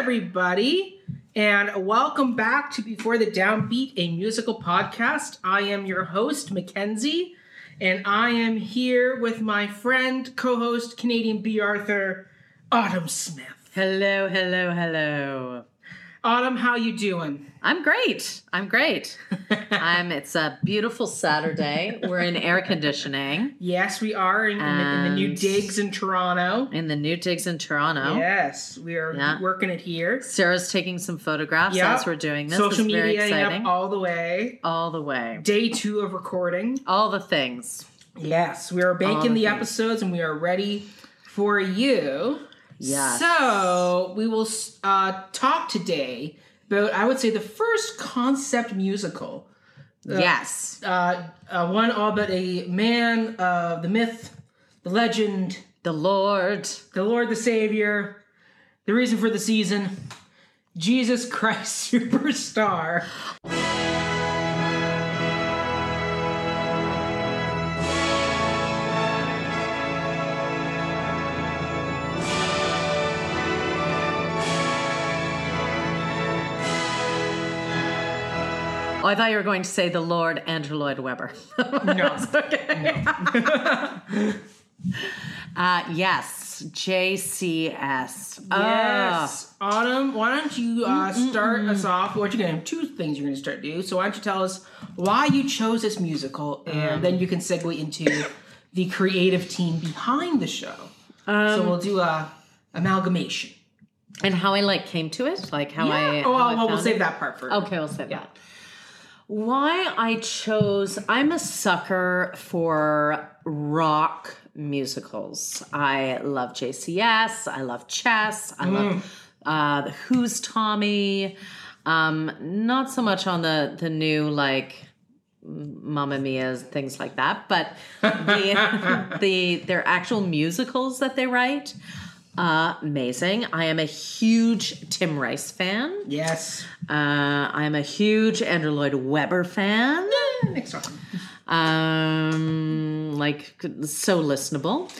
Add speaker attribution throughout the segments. Speaker 1: everybody, and welcome back to Before the Downbeat, a musical podcast. I am your host, Mackenzie, and I am here with my friend, co host, Canadian B. Arthur, Autumn Smith.
Speaker 2: Hello, hello, hello.
Speaker 1: Autumn, how you doing?
Speaker 2: I'm great. I'm great. I'm it's a beautiful Saturday. We're in air conditioning
Speaker 1: yes, we are in, in the- in the new
Speaker 2: And-
Speaker 1: digs in Toronto.
Speaker 2: in the new digs in Toronto.
Speaker 1: Yes, we are
Speaker 2: Yeah.
Speaker 1: working it here.
Speaker 2: Sarah's taking some photographs
Speaker 1: Yeah.
Speaker 2: as we're doing this.
Speaker 1: Social
Speaker 2: it's very
Speaker 1: media, yep,
Speaker 2: exciting.
Speaker 1: all the way.
Speaker 2: all the way.
Speaker 1: Day two of recording.
Speaker 2: All the things.
Speaker 1: Yes, we are baking
Speaker 2: the
Speaker 1: the
Speaker 2: things.
Speaker 1: episodes and we are ready for you.
Speaker 2: Yes.
Speaker 1: So we will uh, talk today about, I would say, the first concept musical.
Speaker 2: yes.
Speaker 1: Uh, uh, one all about a man, uh, the myth, the legend,
Speaker 2: The Lord.
Speaker 1: the Lord, the Savior, the reason for the season, Jesus Christ Superstar.
Speaker 2: Oh, I thought you were going to say the Lord Andrew Lloyd Webber.
Speaker 1: No.
Speaker 2: okay. uh, yes. JCS. Oh.
Speaker 1: Yes, Autumn. Why don't you uh, start us off? What you're gonna have two things you're gonna start to do. So why don't you tell us why you chose this musical, and then you can segue into the creative team behind the show. so we'll do a amalgamation.
Speaker 2: And how I like came to it, like how I.
Speaker 1: oh,
Speaker 2: how I
Speaker 1: well, well, we'll
Speaker 2: found
Speaker 1: save
Speaker 2: it. Oh.
Speaker 1: that part for.
Speaker 2: Okay, we'll save that. Why I chose? I'm a sucker for rock musicals. I love JCS. I love Chess. I love uh, the Who's Tommy. Um, not so much on the the new like Mamma Mia's things like that, but the, the their actual musicals that they write, uh, amazing. I am a huge Tim Rice fan.
Speaker 1: Yes.
Speaker 2: Uh, I'm a huge Andrew Lloyd Webber fan.
Speaker 1: Eh, Next song.
Speaker 2: Um, like so listenable.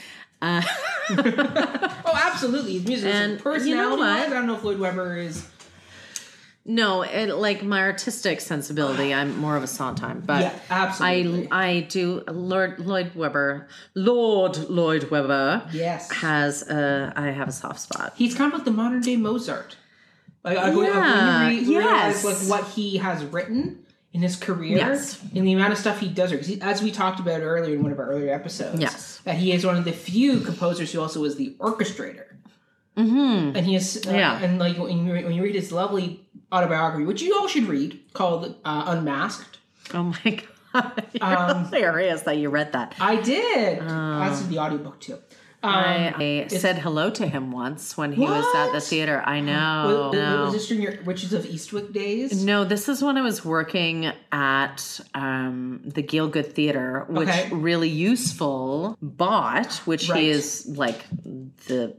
Speaker 2: Uh,
Speaker 1: Oh, absolutely. His music
Speaker 2: And
Speaker 1: is
Speaker 2: you know
Speaker 1: personality.
Speaker 2: what?
Speaker 1: I don't know if Lloyd Webber is.
Speaker 2: no, it, like my artistic sensibility, I'm more of a Sondheim, but
Speaker 1: Yeah, absolutely.
Speaker 2: I I do Lord Lloyd Webber, Lord Lloyd Webber
Speaker 1: yes.
Speaker 2: has a I have a soft spot.
Speaker 1: He's kind of like the modern day Mozart. Like, I, when
Speaker 2: Yeah,
Speaker 1: you re- realize
Speaker 2: yes.
Speaker 1: like what he has written in his career
Speaker 2: Yes.
Speaker 1: and the amount of stuff he does. Because as we talked about earlier in one of our earlier episodes,
Speaker 2: Yes.
Speaker 1: that he is one of the few composers who also is the orchestrator. Mm-hmm. And he is, uh,
Speaker 2: Yeah.
Speaker 1: And like when you, re- when you read his lovely autobiography, which you all should read, called uh, Unmasked.
Speaker 2: Oh my god,
Speaker 1: Um,
Speaker 2: you're hilarious that you read that.
Speaker 1: I did. That's the audiobook too. Um,
Speaker 2: Oh. I, I said hello to him once when he was at the
Speaker 1: What?
Speaker 2: theater. I know.
Speaker 1: was,
Speaker 2: no.
Speaker 1: Um, was this during your Witches of Eastwick days?
Speaker 2: No, this is when I was working at um, the Gielgud Theater, which
Speaker 1: Okay.
Speaker 2: really useful bought, which
Speaker 1: Right.
Speaker 2: he is like the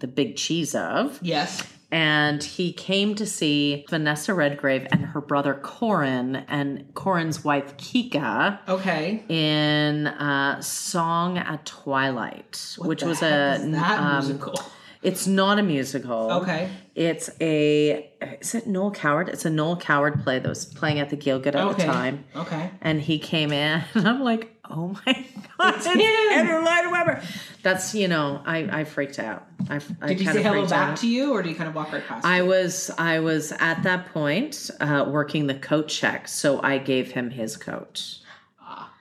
Speaker 2: the big cheese of,
Speaker 1: Yes.
Speaker 2: and he came to see Vanessa Redgrave and her brother Corin and Corin's wife Kika
Speaker 1: Okay.
Speaker 2: in uh, Song at Twilight, which
Speaker 1: the
Speaker 2: was a
Speaker 1: heck is that
Speaker 2: um,
Speaker 1: musical.
Speaker 2: It's not a musical.
Speaker 1: Okay.
Speaker 2: It's a is it Noel Coward? It's a Noel Coward play that was playing at the Gilgud at
Speaker 1: Okay.
Speaker 2: the time,
Speaker 1: Okay.
Speaker 2: and he came in, and I'm like, oh my god, it's,
Speaker 1: him!
Speaker 2: Andrew Lloyd Webber. That's you know, I I freaked out. I, I
Speaker 1: Did he
Speaker 2: kinda
Speaker 1: say hello
Speaker 2: freaked
Speaker 1: back
Speaker 2: out.
Speaker 1: to you, or do you kind of walk right past?
Speaker 2: I was I was at that point uh, working the coat check, so I gave him his coat,
Speaker 1: Ah.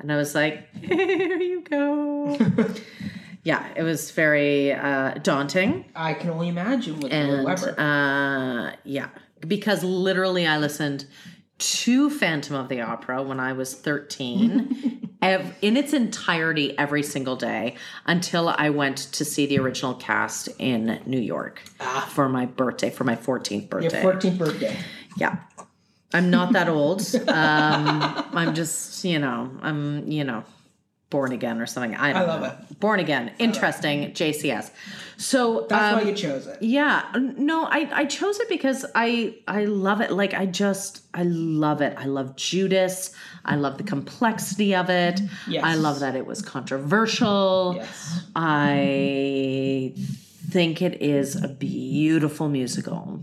Speaker 2: and I was like, here you go. yeah, it was very uh, daunting.
Speaker 1: I, can only imagine with Lloyd
Speaker 2: and
Speaker 1: Webber.
Speaker 2: uh yeah because literally i listened to phantom of the opera when i was 13 ev- in its entirety every single day until i went to see the original cast in new york for my birthday for my 14th
Speaker 1: Ah. Your
Speaker 2: birthday
Speaker 1: 14th birthday.
Speaker 2: yeah i'm not that old um i'm just you know i'm you know born again or something i don't
Speaker 1: love
Speaker 2: know born again interesting jcs so
Speaker 1: That's
Speaker 2: um,
Speaker 1: why you chose it.
Speaker 2: yeah, no, I I chose it because I I love it. Like I just I love it. I love Judas. I love the complexity of it.
Speaker 1: Yes.
Speaker 2: I love that it was controversial.
Speaker 1: Yes.
Speaker 2: I think it is a beautiful musical.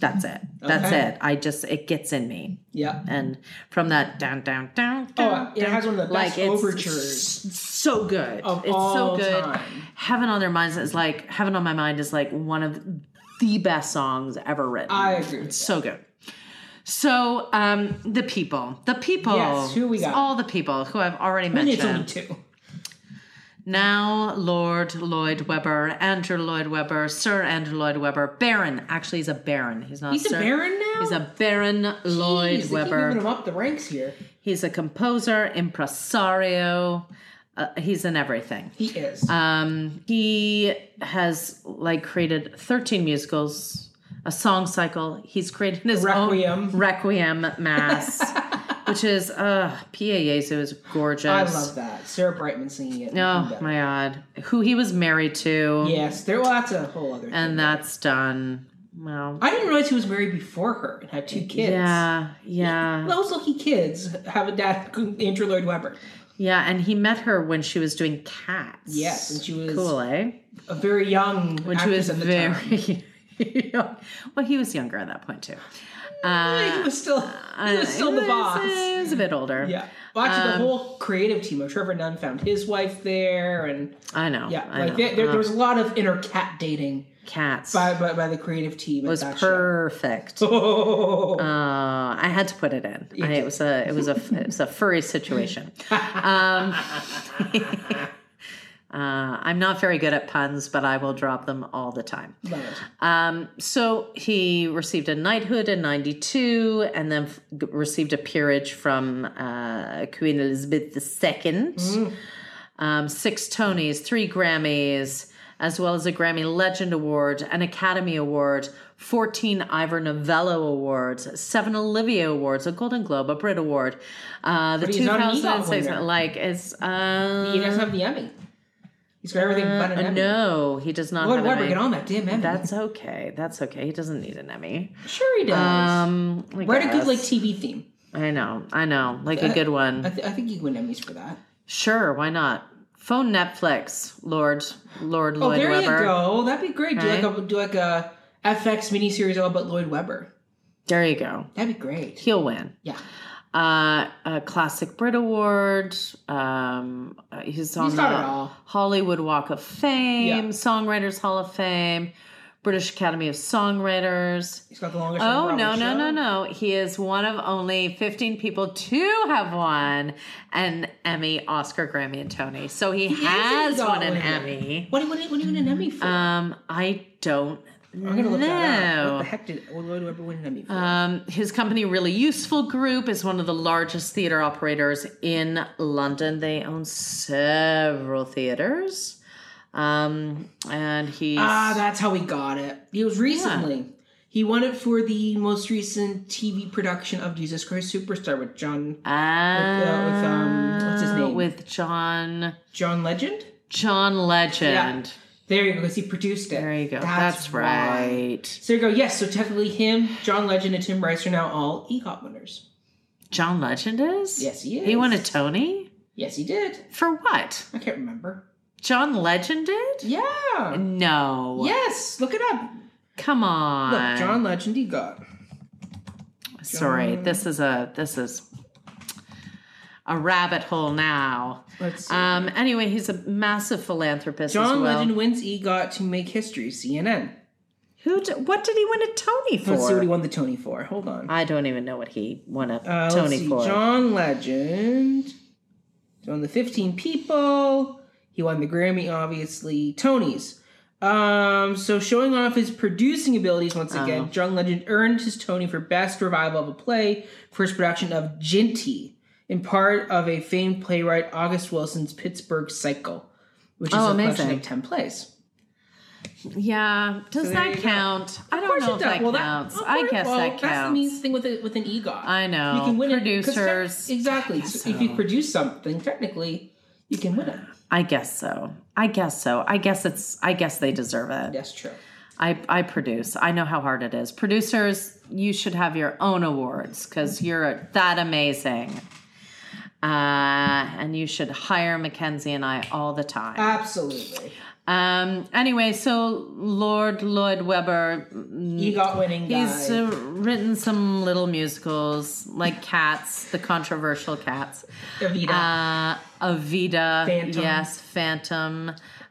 Speaker 2: That's it. That's
Speaker 1: Okay.
Speaker 2: it. I just it gets in me.
Speaker 1: Yeah.
Speaker 2: And from that down down down
Speaker 1: Oh, it has one of the best overtures.
Speaker 2: it's s- so good.
Speaker 1: of
Speaker 2: it's
Speaker 1: all
Speaker 2: so good.
Speaker 1: time.
Speaker 2: Heaven on their minds is like Heaven on my mind is like one of the best songs ever written.
Speaker 1: I agree with
Speaker 2: It's so good. So um the people, the people,
Speaker 1: Yes, who we
Speaker 2: It's
Speaker 1: got?
Speaker 2: all the people who I've already
Speaker 1: And
Speaker 2: mentioned.
Speaker 1: it's only two.
Speaker 2: Now, Lord Lloyd Webber, Andrew Lloyd Webber, Sir Andrew Lloyd Webber, Baron. Actually, he's a Baron. He's not.
Speaker 1: He's a
Speaker 2: Sir.
Speaker 1: baron now.
Speaker 2: He's a Baron Lloyd
Speaker 1: Jeez, they keep moving
Speaker 2: Webber.
Speaker 1: him up the ranks here.
Speaker 2: He's a composer, impresario. Uh, he's in everything.
Speaker 1: He is.
Speaker 2: Um, he has like created 13 musicals, a song cycle. He's created his
Speaker 1: Requiem.
Speaker 2: own Requiem Mass, which is uh, Pia Yesu is gorgeous.
Speaker 1: I love that. Sarah Brightman singing it.
Speaker 2: Oh my god, who he was married to,
Speaker 1: Yes, there. Well, that's a whole other. thing.
Speaker 2: and that's done. Well,
Speaker 1: I didn't realize he was married before her and had two kids.
Speaker 2: yeah, yeah,
Speaker 1: And Those lucky kids have a dad, Andrew Lloyd Webber.
Speaker 2: yeah. And he met her when she was doing Cats.
Speaker 1: Yes, and she was-
Speaker 2: cool, eh?
Speaker 1: A very young
Speaker 2: When she
Speaker 1: actress
Speaker 2: was
Speaker 1: at the time.
Speaker 2: very young. Well, he was younger at that point too.
Speaker 1: he was still, he was still the
Speaker 2: Uh, um,
Speaker 1: boss.
Speaker 2: He was a bit older.
Speaker 1: Yeah. Well, actually, the whole creative team of Trevor Nunn found his wife there, and
Speaker 2: I know.
Speaker 1: yeah,
Speaker 2: I
Speaker 1: like
Speaker 2: know. Uh,
Speaker 1: there, there, there was a lot of inner cat dating
Speaker 2: Cats
Speaker 1: by by, by the creative team. It
Speaker 2: was perfect.
Speaker 1: Oh,
Speaker 2: Uh, I had to put it in. I, it was a it was a it was a furry situation. Um, uh, I'm not very good at puns, but I will drop them all the time.
Speaker 1: love it.
Speaker 2: Um, so he received a knighthood in '92, and then f- g- received a peerage from uh, Queen Elizabeth II.
Speaker 1: Mm.
Speaker 2: Um, six Tonys, three Grammys, as well as a Grammy Legend Award, an Academy Award, 14 Ivor Novello Awards, seven Olivia Awards, a Golden Globe, a Brit Award. Uh, the
Speaker 1: he's not an EGOT
Speaker 2: 2006,
Speaker 1: winner.
Speaker 2: like, it's.
Speaker 1: He doesn't
Speaker 2: Uh,
Speaker 1: have the Emmy. He's got everything but an Emmy.
Speaker 2: no, he does not
Speaker 1: Lloyd
Speaker 2: have an
Speaker 1: Webber,
Speaker 2: Emmy.
Speaker 1: get on that damn Emmy.
Speaker 2: That's okay. That's okay. He doesn't need an Emmy.
Speaker 1: sure he does.
Speaker 2: Um, I
Speaker 1: Write a good
Speaker 2: guess.
Speaker 1: like Uh, TV theme.
Speaker 2: I know, I know, like a good
Speaker 1: I,
Speaker 2: one.
Speaker 1: th- I think you win Emmys for that.
Speaker 2: Sure, why not? Phone Netflix, Lord, Lord
Speaker 1: Oh,
Speaker 2: Lloyd
Speaker 1: there
Speaker 2: Webber.
Speaker 1: you go. That'd be great. Do like a do like a FX miniseries all about Lloyd Webber.
Speaker 2: There you go.
Speaker 1: That'd be great.
Speaker 2: He'll win.
Speaker 1: Yeah,
Speaker 2: Uh, a classic Brit Award. Um, uh, he's on
Speaker 1: got
Speaker 2: the
Speaker 1: it all.
Speaker 2: Hollywood Walk of Fame,
Speaker 1: Yeah.
Speaker 2: Songwriters Hall of Fame, British Academy of Songwriters.
Speaker 1: he's got the longest.
Speaker 2: Oh
Speaker 1: running
Speaker 2: no
Speaker 1: Broadway
Speaker 2: no
Speaker 1: show.
Speaker 2: no no! He is one of only fifteen people to have won an Emmy, Oscar, Grammy, and Tony. So he,
Speaker 1: is
Speaker 2: has
Speaker 1: a
Speaker 2: won an
Speaker 1: winner.
Speaker 2: Emmy.
Speaker 1: What do you what do you- what do you win an Emmy for?
Speaker 2: Um, I don't
Speaker 1: I'm gonna look that up. What
Speaker 2: know.
Speaker 1: the heck did Lloyd Webber win an Emmy for?
Speaker 2: Um, his company, Really Useful Group, is one of the largest theater operators in London. They own several theaters, um, and he's
Speaker 1: ah, that's how he got it. It was recently. He won it for the most recent TV production of Jesus Christ Superstar with John uh, with, um, what's his
Speaker 2: Ah,
Speaker 1: name?
Speaker 2: with John
Speaker 1: John Legend.
Speaker 2: John Legend.
Speaker 1: There you go, because he produced it.
Speaker 2: There you go.
Speaker 1: That's,
Speaker 2: That's,
Speaker 1: why.
Speaker 2: right.
Speaker 1: So there you go. Yes, so technically him, John Legend, and Tim Rice are now all EGOT winners.
Speaker 2: John Legend is?
Speaker 1: Yes, he is.
Speaker 2: He won a Tony?
Speaker 1: Yes, he did.
Speaker 2: For what?
Speaker 1: I can't remember.
Speaker 2: John Legend did?
Speaker 1: Yeah.
Speaker 2: No.
Speaker 1: Yes, look it up.
Speaker 2: Come on.
Speaker 1: Look, John Legend EGOT.
Speaker 2: Sorry, this is a this is a rabbit hole now.
Speaker 1: Let's see.
Speaker 2: Um anyway, he's a massive philanthropist as
Speaker 1: John
Speaker 2: well.
Speaker 1: Legend wins EGOT to make history. CNN.
Speaker 2: Who d- what did he win a Tony for?
Speaker 1: Let's see what he won the Tony for. Hold on.
Speaker 2: I don't even know what he won a
Speaker 1: Uh, let's
Speaker 2: Tony
Speaker 1: see.
Speaker 2: for.
Speaker 1: John Legend. So on the 15 people, he won the Grammy, obviously. Tony's. Um, so showing off his producing abilities once again,
Speaker 2: Uh-huh.
Speaker 1: John Legend earned his Tony for Best Revival of a Play for his production of Ginty, in part of a famed playwright August Wilson's Pittsburgh Cycle, which is
Speaker 2: Oh,
Speaker 1: a
Speaker 2: amazing.
Speaker 1: collection of 10 plays.
Speaker 2: yeah, does
Speaker 1: there
Speaker 2: that
Speaker 1: you go.
Speaker 2: count? I
Speaker 1: Of
Speaker 2: don't
Speaker 1: course
Speaker 2: know
Speaker 1: it
Speaker 2: if
Speaker 1: does.
Speaker 2: that
Speaker 1: Well,
Speaker 2: counts.
Speaker 1: of
Speaker 2: I
Speaker 1: course-
Speaker 2: guess
Speaker 1: well,
Speaker 2: that counts.
Speaker 1: That's the mean thing with, a, with an EGOT.
Speaker 2: I know.
Speaker 1: You can win it- 'cause tec-
Speaker 2: producers.
Speaker 1: exactly. So If you produce something, technically, you can win it.
Speaker 2: I guess so. I guess so. I guess it's. I guess they deserve it.
Speaker 1: That's true.
Speaker 2: I I produce. I know how hard it is. Producers, you should have your own awards because you're that amazing. Uh, and you should hire Mackenzie and I all the time.
Speaker 1: Absolutely.
Speaker 2: Um, anyway, so Lord Lloyd Webber, mm,
Speaker 1: EGOT winning guy.
Speaker 2: he's uh, written some little musicals like Cats, the controversial Cats,
Speaker 1: Evita.
Speaker 2: uh, Avita,
Speaker 1: Phantom.
Speaker 2: yes, Phantom,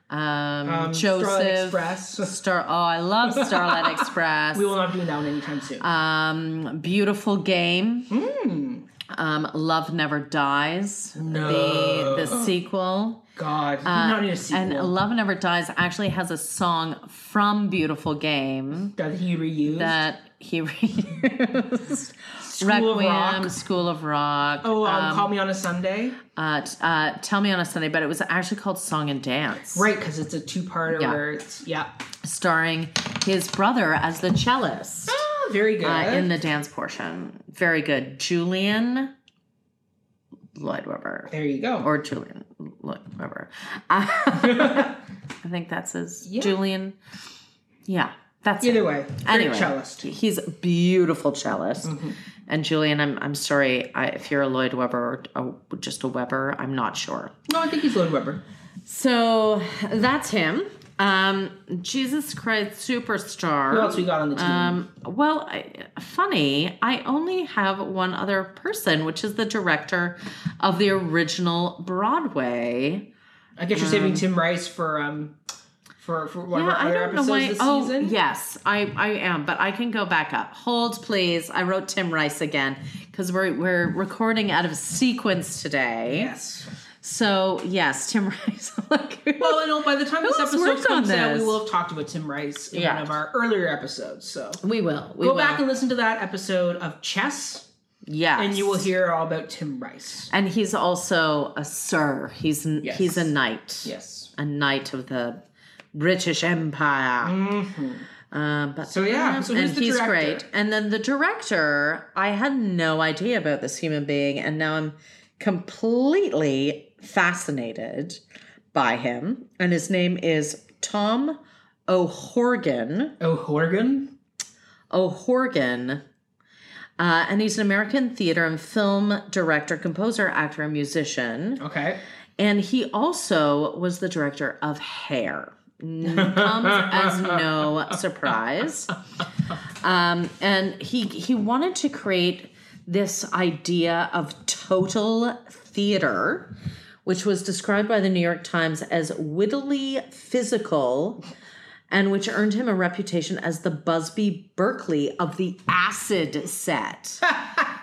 Speaker 2: um,
Speaker 1: Um, Starlight
Speaker 2: Joseph,
Speaker 1: Express.
Speaker 2: Star. Oh, I love Starlight Express.
Speaker 1: we will not be doing that one anytime soon.
Speaker 2: Um, beautiful game.
Speaker 1: Hmm.
Speaker 2: Um, Love Never Dies.
Speaker 1: No.
Speaker 2: The the sequel.
Speaker 1: God, you do not need a sequel
Speaker 2: uh, And Love Never Dies actually has a song from Beautiful Game
Speaker 1: that he reused.
Speaker 2: that he reused.
Speaker 1: School of Rock.
Speaker 2: School of Rock.
Speaker 1: Oh, um, call me on a Sunday.
Speaker 2: uh, t- uh, Tell Me on a Sunday, but it was actually called Song and Dance,
Speaker 1: Right, because it's a two-parter.
Speaker 2: Yeah.
Speaker 1: Where it's, yeah.
Speaker 2: starring his brother as the cellist.
Speaker 1: Ah, very good.
Speaker 2: uh, in the dance portion. Very good. Julian Lloyd Webber.
Speaker 1: there you go.
Speaker 2: Or Julian Lloyd Webber. I think that's his.
Speaker 1: Yeah.
Speaker 2: Julian. Yeah, that's it.
Speaker 1: Either way, great
Speaker 2: Anyway,
Speaker 1: cellist. Mm-hmm.
Speaker 2: he's a beautiful cellist. And Julian, I'm, I'm sorry I, if you're a Lloyd Webber or a, just a Webber, I'm not sure.
Speaker 1: No, I think he's Lloyd Webber.
Speaker 2: So that's him. Um, Jesus Christ Superstar.
Speaker 1: Who else we got on the team?
Speaker 2: Um, well, I, funny, I only have one other person, which is the director of the original Broadway.
Speaker 1: I guess you're saving Tim Rice for um for for one of
Speaker 2: Yeah,
Speaker 1: our
Speaker 2: I
Speaker 1: other
Speaker 2: don't know
Speaker 1: episodes
Speaker 2: why.
Speaker 1: this
Speaker 2: Oh,
Speaker 1: season.
Speaker 2: yes, I, I am, but I can go back up. Hold, please. I wrote Tim Rice again because we're we're recording out of sequence today.
Speaker 1: Yes.
Speaker 2: So yes, Tim Rice. like,
Speaker 1: Well, I know by the time this
Speaker 2: else
Speaker 1: episode
Speaker 2: worked on
Speaker 1: comes out, we
Speaker 2: this?
Speaker 1: will have talked about Tim Rice in
Speaker 2: Yeah.
Speaker 1: one of our earlier episodes. So
Speaker 2: we will. We
Speaker 1: go
Speaker 2: will.
Speaker 1: back and listen to that episode of Chess,
Speaker 2: yes,
Speaker 1: and you will hear all about Tim Rice.
Speaker 2: And he's also a sir. He's n
Speaker 1: Yes.
Speaker 2: he's a knight.
Speaker 1: Yes.
Speaker 2: a knight of the British Empire.
Speaker 1: Mhm.
Speaker 2: Uh, but
Speaker 1: So, yeah, so who's
Speaker 2: and
Speaker 1: the
Speaker 2: he's
Speaker 1: director?
Speaker 2: great. And then the director, I had no idea about this human being, and now I'm completely fascinated by him. And his name is Tom O'Horgan.
Speaker 1: Oh, O'Horgan.
Speaker 2: O'Horgan. Uh, and he's an American theater and film director, composer, actor, and musician.
Speaker 1: Okay.
Speaker 2: And he also was the director of Hair. N- Comes as no surprise. Um, and he he wanted to create this idea of total theater, which was described by the New York Times as wittily physical, and which earned him a reputation as the Busby Berkeley of the acid set.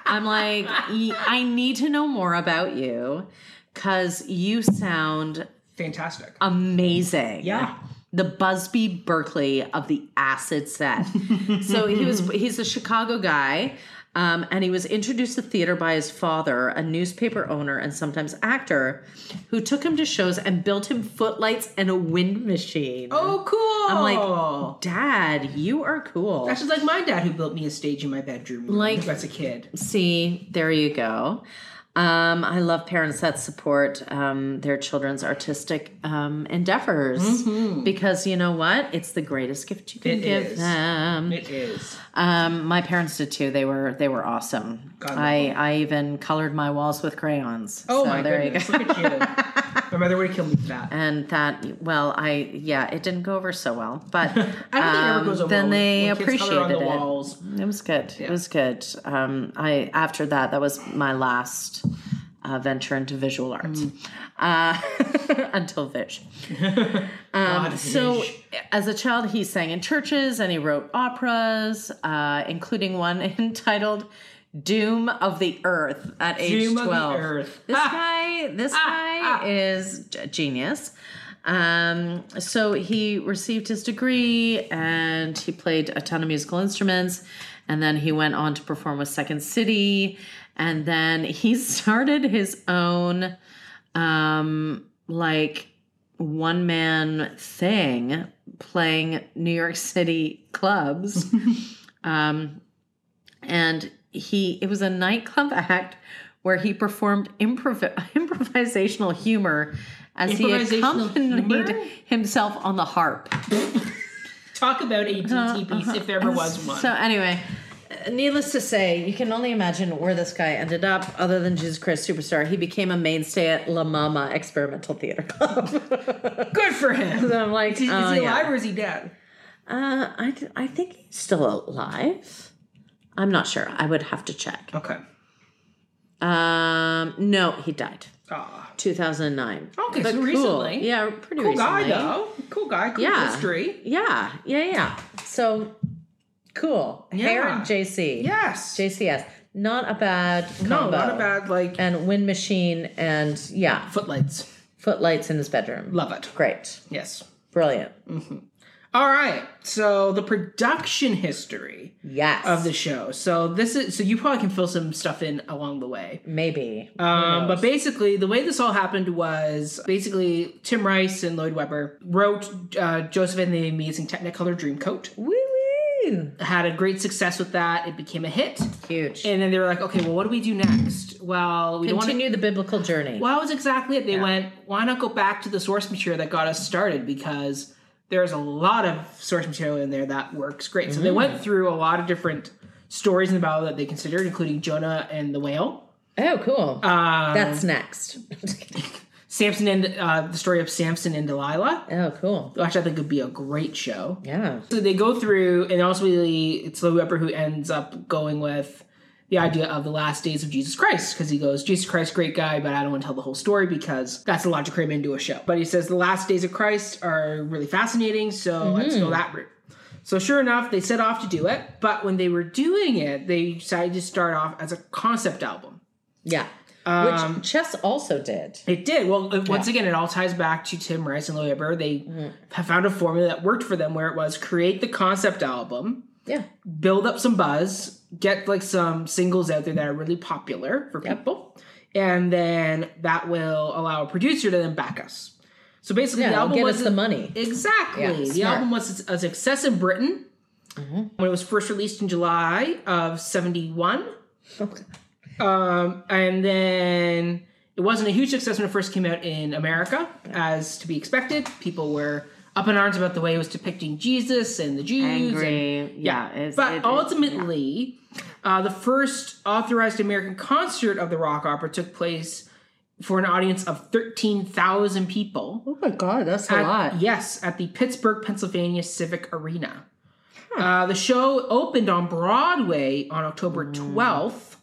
Speaker 2: I'm like, "Y- I need to know more about you because you sound
Speaker 1: Fantastic.
Speaker 2: Um, amazing.
Speaker 1: Yeah.
Speaker 2: The Busby Berkeley of the acid set. so he was he's a Chicago guy. Um, and he was introduced to theater by his father, a newspaper owner and sometimes actor, who took him to shows and built him footlights and a wind machine.
Speaker 1: Oh, cool.
Speaker 2: I'm like, Dad, you are cool.
Speaker 1: that's just like my dad who built me a stage in my bedroom
Speaker 2: Like-
Speaker 1: like as a kid.
Speaker 2: See, there you go. Um, I love parents that support um, their children's artistic um, endeavors because you know what? It's the greatest gift you can
Speaker 1: Mm-hmm. It
Speaker 2: give
Speaker 1: is.
Speaker 2: them.
Speaker 1: It is.
Speaker 2: Um, my parents did too. They were they were awesome.
Speaker 1: God love
Speaker 2: I I even colored my walls with crayons.
Speaker 1: Oh
Speaker 2: So
Speaker 1: my
Speaker 2: there
Speaker 1: goodness!
Speaker 2: You go.
Speaker 1: Look at you. My mother would kill me for that.
Speaker 2: And that well, I yeah, it didn't go over so well, but
Speaker 1: I don't think it ever
Speaker 2: um,
Speaker 1: goes over
Speaker 2: then
Speaker 1: well when-
Speaker 2: they
Speaker 1: when kids color
Speaker 2: appreciated
Speaker 1: on the
Speaker 2: it. Um,
Speaker 1: walls.
Speaker 2: It was good. It was good. Um, I after that, that was my last uh, venture into visual arts uh, until Vish.
Speaker 1: God,
Speaker 2: So,
Speaker 1: sheesh.
Speaker 2: as a child, he sang in churches and he wrote operas, uh, including one entitled "Doom of the Earth" at age
Speaker 1: Doom of the
Speaker 2: twelve.
Speaker 1: Earth.
Speaker 2: This guy, this guy is a genius. Um, so he received his degree and he played a ton of musical instruments. And then he went on to perform with Second City. And then he started his own, um, like one man thing playing New York City clubs. um, and he, it was a nightclub act where he performed improv- improvisational humor as he
Speaker 1: Improvisational
Speaker 2: accompanied
Speaker 1: humor?
Speaker 2: himself on the harp.
Speaker 1: Talk about a DT piece if there ever was one.
Speaker 2: uh, uh-huh. So anyway, needless to say, you can only imagine where this guy ended up. Other than Jesus Christ Superstar, he became a mainstay at La Mama Experimental Theater Club.
Speaker 1: Good for him.
Speaker 2: so I'm like,
Speaker 1: Is, is
Speaker 2: oh,
Speaker 1: he
Speaker 2: yeah.
Speaker 1: alive or is he dead?
Speaker 2: Uh, I, d- I think he's still alive. I'm not sure. I would have to check.
Speaker 1: Okay.
Speaker 2: Um, no, he died
Speaker 1: Ah,
Speaker 2: 2009.
Speaker 1: Okay, so
Speaker 2: cool.
Speaker 1: recently.
Speaker 2: Yeah, pretty
Speaker 1: cool
Speaker 2: recently.
Speaker 1: guy though. Cool guy. Cool
Speaker 2: Yeah.
Speaker 1: history.
Speaker 2: Yeah, yeah, yeah. So cool.
Speaker 1: Yeah.
Speaker 2: Hair and JC.
Speaker 1: Yes.
Speaker 2: JCS. Not a bad combo.
Speaker 1: No, not a bad like
Speaker 2: And wind machine and yeah,
Speaker 1: footlights.
Speaker 2: footlights in his bedroom.
Speaker 1: Love it.
Speaker 2: Great.
Speaker 1: Yes.
Speaker 2: Brilliant.
Speaker 1: All right. So the production history
Speaker 2: Yes.
Speaker 1: of the show. So this is so you probably can fill some stuff in along the way.
Speaker 2: Maybe.
Speaker 1: Um, but basically, the way this all happened was basically Tim Rice and Lloyd Webber wrote uh, Joseph and the Amazing Technicolor Dreamcoat.
Speaker 2: woo woo.
Speaker 1: Had a great success with that. It became a hit.
Speaker 2: Huge.
Speaker 1: And then they were like, okay, well, what do we do next? Well, we don't want to
Speaker 2: Continue the biblical journey.
Speaker 1: Well, that was exactly it. They went, why not go back to the source material that got us started? Because there's a lot of source material in there that works great. So they went through a lot of different stories in the Bible that they considered, including Jonah and the whale,
Speaker 2: Oh, cool.
Speaker 1: Um,
Speaker 2: That's next.
Speaker 1: Samson and uh, the story of Samson and Delilah,
Speaker 2: oh, cool.
Speaker 1: which I think would be a great show.
Speaker 2: Yeah.
Speaker 1: So they go through, and ultimately, it's Lloyd Webber who ends up going with the idea of the last days of Jesus Christ because he goes, Jesus Christ, great guy, but I don't want to tell the whole story because that's a lot to cram into a show. But he says the last days of Christ are really fascinating, so let's go that route. So sure enough, they set off to do it, but when they were doing it, they decided to start off as a concept album.
Speaker 2: Yeah.
Speaker 1: Um,
Speaker 2: Which chess also did.
Speaker 1: It did. Well, it- once again, it all ties back to Tim Rice and Lloyd Webber. They
Speaker 2: Mm-hmm.
Speaker 1: have found a formula that worked for them where it was create the concept album.
Speaker 2: Yeah.
Speaker 1: build up some buzz, get like some singles out there that are really popular for people, and then that will allow a producer to then back us. So basically, the
Speaker 2: Yeah.
Speaker 1: album
Speaker 2: Get
Speaker 1: was
Speaker 2: us the money.
Speaker 1: exactly
Speaker 2: Yeah,
Speaker 1: the
Speaker 2: smart. Mm-hmm.
Speaker 1: album was a success in Britain when it was first released in July of '71, um, and then. It wasn't a huge success when it first came out in America, as to be expected. People were up in arms about the way it was depicting Jesus and the Jews. and-
Speaker 2: Angry. Yeah. It's,
Speaker 1: but
Speaker 2: it- it-
Speaker 1: ultimately, uh, the first authorized American concert of the rock opera took place for an audience of 13,000 people.
Speaker 2: oh my God, that's a lot.
Speaker 1: Yes, at the Pittsburgh, Pennsylvania Civic Arena. Uh, the show opened on Broadway on October 12th,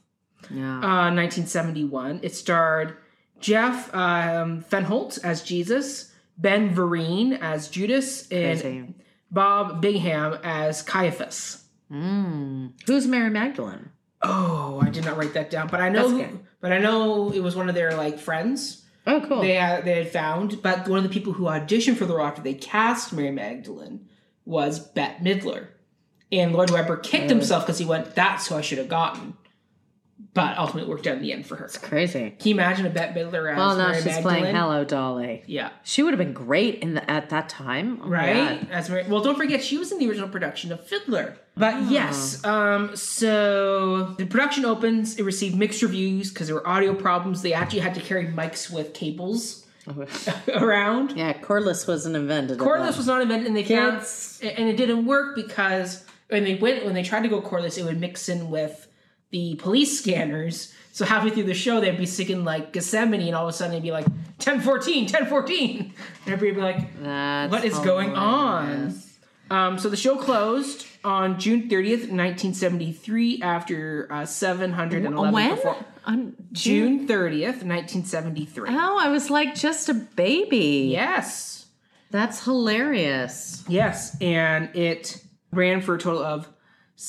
Speaker 2: Yeah.
Speaker 1: uh, 1971. It starred Jeff um, Fenholt as Jesus, Ben Vereen as Judas, and
Speaker 2: Crazy.
Speaker 1: Bob Bingham as Caiaphas.
Speaker 2: Mm. Who's Mary Magdalene?
Speaker 1: Oh, I did not write that down, but I know,
Speaker 2: That's okay.
Speaker 1: but I know it was one of their like friends
Speaker 2: Oh, cool.
Speaker 1: they uh, they had found. But one of the people who auditioned for the role after they cast Mary Magdalene was Bette Midler, and Lord Webber kicked
Speaker 2: Oh.
Speaker 1: himself because he went, "That's who I should have gotten," but ultimately it worked out in the end for her. Can
Speaker 2: Crazy.
Speaker 1: you imagine a Bette Midler as
Speaker 2: Well, now
Speaker 1: Mary
Speaker 2: Oh, she's
Speaker 1: Magdalene?
Speaker 2: playing Hello Dolly.
Speaker 1: Yeah,
Speaker 2: She would have been great in the, at that time. Oh my
Speaker 1: right?
Speaker 2: God.
Speaker 1: As Mary- well, don't forget she was in the original production of Fiddler. But
Speaker 2: Oh.
Speaker 1: yes, um, so the production opens. It received mixed reviews because there were audio problems. They actually had to carry mics with cables around.
Speaker 2: yeah, cordless wasn't invented.
Speaker 1: Cordless was not invented, and they found
Speaker 2: Kids.
Speaker 1: and it didn't work because when they went when they tried to go cordless, it would mix in with the police scanners. So halfway through the show, they'd be singing like Gethsemane, and all of a sudden it'd be like 1014, 1014. And everybody'd be like,
Speaker 2: That's
Speaker 1: what is going on? Um, so the show closed on June 30th, 1973, after uh, 711
Speaker 2: When?
Speaker 1: perform-
Speaker 2: On June.
Speaker 1: June 30th, 1973.
Speaker 2: Oh, I was like just a baby.
Speaker 1: Yes.
Speaker 2: That's hilarious.
Speaker 1: Yes. And it ran for a total of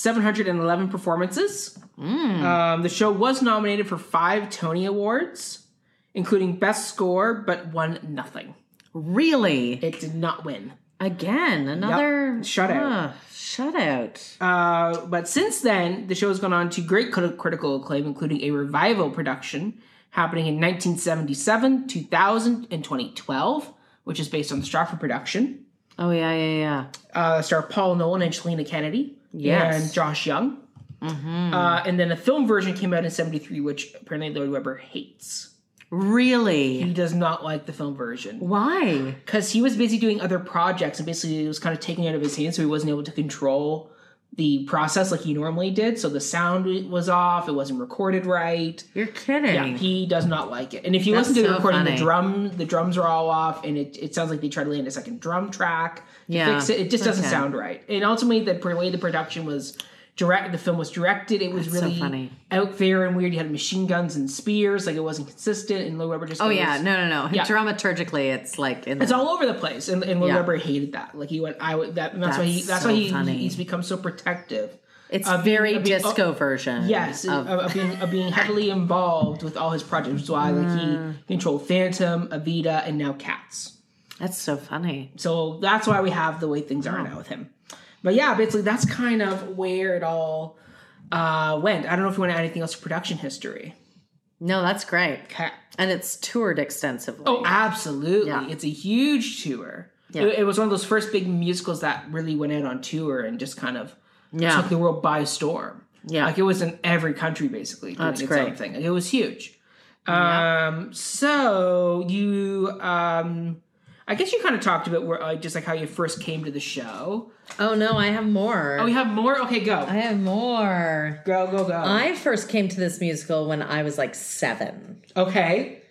Speaker 1: 711 performances. Um, the show was nominated for five Tony Awards, including Best Score, but won nothing.
Speaker 2: Really?
Speaker 1: It did not win.
Speaker 2: Again, another
Speaker 1: Shutout.
Speaker 2: Ugh, shutout.
Speaker 1: Uh, but since then, the show has gone on to great crit- critical acclaim, including a revival production happening in 1977, 2000, and 2012, which is based on the Stratford production.
Speaker 2: oh yeah, yeah, yeah.
Speaker 1: Uh, star Paul Nolan and Shalina Kennedy
Speaker 2: Yes.
Speaker 1: and Josh Young. Uh, and then a film version came out in 73, which apparently Lloyd Webber hates.
Speaker 2: Really?
Speaker 1: He does not like the film version
Speaker 2: Why?
Speaker 1: because he was busy doing other projects and basically it was kind of taking out of his hands, so he wasn't able to control the process like he normally did. So the sound was off. It wasn't recorded right.
Speaker 2: You're kidding.
Speaker 1: Yeah, he does not like it. And if you
Speaker 2: That's
Speaker 1: listen to the
Speaker 2: so
Speaker 1: recording,
Speaker 2: funny.
Speaker 1: the drum the drums are all off, and it, it sounds like they tried to land a second drum track. to
Speaker 2: Yeah.
Speaker 1: fix it. It just doesn't
Speaker 2: Okay.
Speaker 1: sound right. And ultimately, the per- way the production was direct, the film was directed, it was
Speaker 2: That's so
Speaker 1: really
Speaker 2: funny.
Speaker 1: out there and weird. You had machine guns and spears, like it wasn't consistent. And Lil Webber just
Speaker 2: oh
Speaker 1: goes,
Speaker 2: yeah, no, no, no.
Speaker 1: Yeah.
Speaker 2: Dramaturgically, it's like in
Speaker 1: it's all over the place, and, and Lil
Speaker 2: Yeah.
Speaker 1: Webber hated that. Like he went, I would that. And that's, why he.
Speaker 2: That's
Speaker 1: That's
Speaker 2: so
Speaker 1: why he,
Speaker 2: funny.
Speaker 1: he's become so protective.
Speaker 2: it's
Speaker 1: of being-
Speaker 2: very
Speaker 1: of being- oh,
Speaker 2: disco version.
Speaker 1: Yes,
Speaker 2: of-
Speaker 1: of, of being of being heavily involved with all his projects, which is why like
Speaker 2: Mm.
Speaker 1: he controlled Phantom, Evita, and now Cats.
Speaker 2: that's so funny.
Speaker 1: So that's why we have the way things are now with him. But yeah, basically that's kind of where it all uh, went. I don't know if you want to add anything else to production history.
Speaker 2: No, that's great,
Speaker 1: Okay.
Speaker 2: and it's toured extensively.
Speaker 1: Oh, absolutely.
Speaker 2: Yeah.
Speaker 1: It's a huge tour.
Speaker 2: Yeah.
Speaker 1: It, it was one of those first big musicals that really went out on tour and just kind of
Speaker 2: yeah,
Speaker 1: took the world by storm.
Speaker 2: yeah.
Speaker 1: Like it was in every country basically doing
Speaker 2: That's
Speaker 1: its
Speaker 2: great.
Speaker 1: own thing. Like, it was huge. Um so you um I guess you kind of talked about where like just like how you first came to the show.
Speaker 2: oh no, I have more.
Speaker 1: Oh, you have more? Okay, go.
Speaker 2: I have more.
Speaker 1: go, go, go.
Speaker 2: I first came to this musical when I was like seven.
Speaker 1: okay.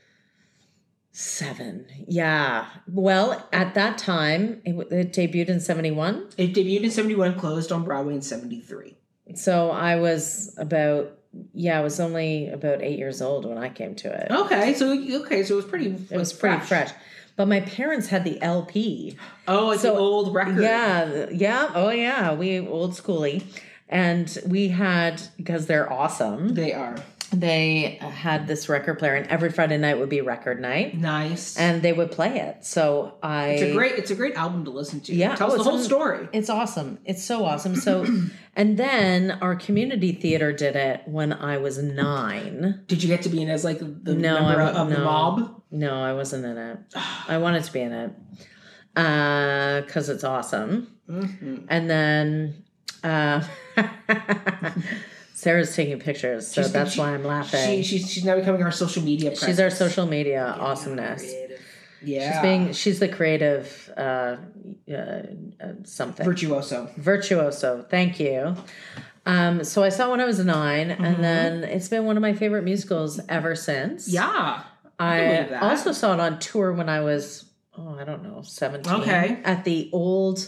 Speaker 2: Seven, yeah. Well, at that time, it, w- it debuted in '71,
Speaker 1: It debuted in 71, closed on Broadway in 73.
Speaker 2: so I was about yeah, I was only about eight years old when I came to it.
Speaker 1: Okay, so okay, so it was pretty
Speaker 2: it was pretty fresh. But my parents had the LP.
Speaker 1: Oh, it's
Speaker 2: So-
Speaker 1: an old record.
Speaker 2: Yeah, th- yeah, oh yeah, we old schooly. And we had because they're awesome.
Speaker 1: They are.
Speaker 2: They had this record player, and every Friday night would be record night,
Speaker 1: Nice.
Speaker 2: and they would play it. So I,
Speaker 1: it's a great it's a great album to listen to.
Speaker 2: Yeah,
Speaker 1: It tells the
Speaker 2: oh, it's
Speaker 1: whole
Speaker 2: on-
Speaker 1: story.
Speaker 2: it's awesome. It's so awesome. So, and then our community theater did it when I was nine.
Speaker 1: Did you get to be in as like the
Speaker 2: No,
Speaker 1: member
Speaker 2: I-
Speaker 1: of the
Speaker 2: no.
Speaker 1: mob?
Speaker 2: No, I wasn't in it. I wanted to be in it because it's awesome.
Speaker 1: Mhm.
Speaker 2: And then uh, Sarah's taking pictures, so
Speaker 1: She's-
Speaker 2: that's
Speaker 1: she-
Speaker 2: why I'm laughing.
Speaker 1: She, she's she's now becoming our social media. Presence.
Speaker 2: she's our social media awesomeness.
Speaker 1: Yeah.
Speaker 2: She's being she's the creative uh, uh, uh, something
Speaker 1: virtuoso.
Speaker 2: virtuoso. Thank you. Um, so I saw when I was 9
Speaker 1: Mm-hmm.
Speaker 2: and then it's been one of my favorite musicals ever since.
Speaker 1: Yeah. can
Speaker 2: I
Speaker 1: believe that.
Speaker 2: also saw it on tour when I was, oh, I don't know, 17.
Speaker 1: Okay.
Speaker 2: At the old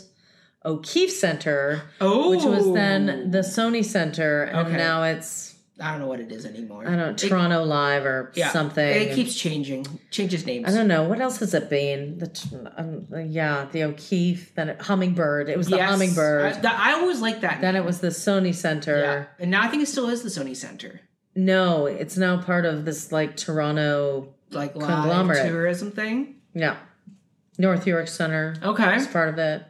Speaker 2: O'Keefe Center,
Speaker 1: Oh,
Speaker 2: which was then the Sony Center, and
Speaker 1: Okay.
Speaker 2: now it's,
Speaker 1: I don't know what it is anymore.
Speaker 2: I don't know, Toronto Live or
Speaker 1: Yeah.
Speaker 2: something.
Speaker 1: It keeps changing. Changes names.
Speaker 2: I don't know. What else has it been? The, t- um, yeah, the O'Keefe, then it, Hummingbird. It was the
Speaker 1: Yes.
Speaker 2: Hummingbird.
Speaker 1: I, that- I always like that.
Speaker 2: then it was the Sony Center.
Speaker 1: Yeah. And now I think it still is the Sony Center.
Speaker 2: No, it's now part of this like Toronto,
Speaker 1: Like live
Speaker 2: Conglomerate.
Speaker 1: tourism thing.
Speaker 2: yeah, North York Center.
Speaker 1: Okay. Hmm.
Speaker 2: It's part of it.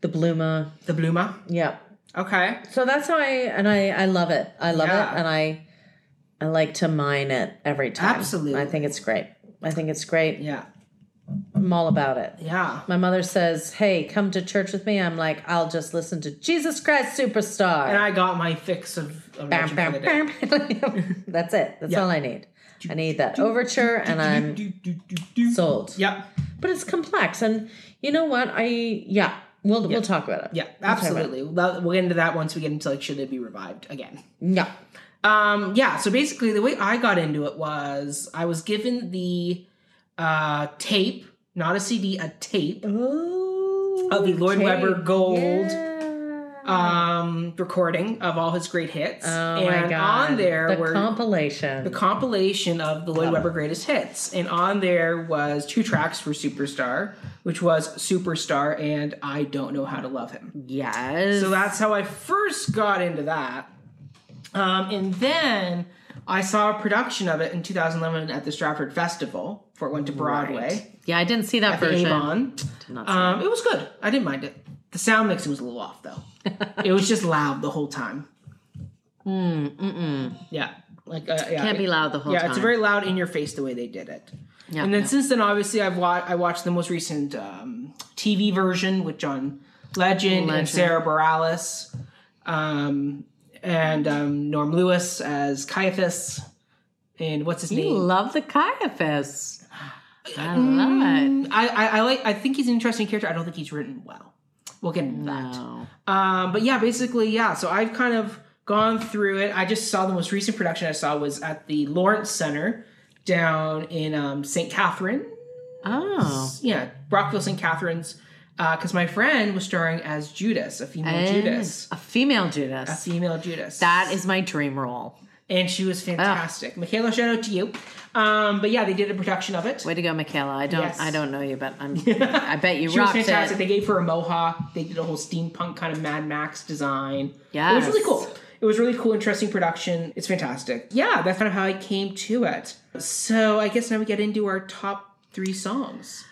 Speaker 2: The Bluma,
Speaker 1: The Bluma.
Speaker 2: yeah.
Speaker 1: Okay.
Speaker 2: So that's how I and I I love it. I love
Speaker 1: Yeah.
Speaker 2: it, and I I like to mine it every time.
Speaker 1: Absolutely.
Speaker 2: I think it's great. I think it's great.
Speaker 1: Yeah.
Speaker 2: I'm all about it.
Speaker 1: Yeah.
Speaker 2: My mother says, "Hey, come to church with me." I'm like, "I'll just listen to Jesus Christ Superstar."
Speaker 1: And I got my fix of, of
Speaker 2: Bam,
Speaker 1: Legend for
Speaker 2: bam,
Speaker 1: the Day.
Speaker 2: bam. That's it. That's
Speaker 1: Yeah.
Speaker 2: all I need. I need that overture, and I'm
Speaker 1: Do, do, do, do.
Speaker 2: sold.
Speaker 1: Yeah.
Speaker 2: But it's complex, and you know what? I yeah, we'll we'll talk about it.
Speaker 1: Yeah.
Speaker 2: We'll talk about it.
Speaker 1: Absolutely. We'll we'll get into that once we get into like should it be revived again.
Speaker 2: Yeah.
Speaker 1: Um, yeah, so basically the way I got into it was I was given the uh tape, not a CD, a tape
Speaker 2: Oh,
Speaker 1: of the Lloyd Webber Gold
Speaker 2: Yeah.
Speaker 1: um recording of all his great hits.
Speaker 2: Mm-hmm. oh
Speaker 1: and
Speaker 2: my god!
Speaker 1: on there
Speaker 2: the Oh.
Speaker 1: were
Speaker 2: compilation.
Speaker 1: the compilation of the Lloyd Webber greatest hits. And on there was two tracks for Superstar, which was Superstar and I Don't Know How to Love Him.
Speaker 2: yes.
Speaker 1: So that's how I first got into that. Um, and then I saw a production of it in 2011 at the Stratford Festival before it went to Broadway.
Speaker 2: yeah, I didn't see that
Speaker 1: The
Speaker 2: version.
Speaker 1: Avon.
Speaker 2: Did not see
Speaker 1: Um, it was good. I didn't mind it. The sound mixing was a little off though. it was just loud the whole time.
Speaker 2: it. Hmm, Mm-mm.
Speaker 1: Yeah, like uh, yeah,
Speaker 2: Can't be loud the whole
Speaker 1: yeah.
Speaker 2: time.
Speaker 1: It's very loud in your face the way they did it.
Speaker 2: Yeah,
Speaker 1: And then
Speaker 2: yeah.
Speaker 1: since then, obviously, I've watched I watched the most recent um, TV version with John Legend,
Speaker 2: Legend.
Speaker 1: and Sarah Bareilles, um, and um, Norm Lewis as Caiaphas, and what's his
Speaker 2: you
Speaker 1: name?
Speaker 2: love the Caiaphas. I love it.
Speaker 1: I, I I like. I think he's an interesting character. I don't think he's written well. We'll get into that.
Speaker 2: No.
Speaker 1: Um, but yeah, basically, yeah. So I've kind of gone through it. I just saw the most recent production I saw was at the Lawrence Center down in um, St. Catherine.
Speaker 2: Oh.
Speaker 1: Yeah, Brockville St. Catherine's. Because my friend was starring as Judas, a female
Speaker 2: And
Speaker 1: Judas.
Speaker 2: A female Judas.
Speaker 1: A female Judas.
Speaker 2: Oh. that is my dream role.
Speaker 1: and she was fantastic. Michaela, shout out to you. Um, but yeah, they did a production of it.
Speaker 2: Way to go, Michaela. I don't
Speaker 1: Yes.
Speaker 2: I don't know you, but I'm I bet you
Speaker 1: She was
Speaker 2: rocked
Speaker 1: fantastic.
Speaker 2: it.
Speaker 1: They gave her a mohawk. They did a whole steampunk kind of Mad Max design. it was
Speaker 2: Yes.
Speaker 1: really cool. It was really cool, interesting production. It's fantastic. Yeah, that's kind of how I came to it. So I guess now we get into our top three songs.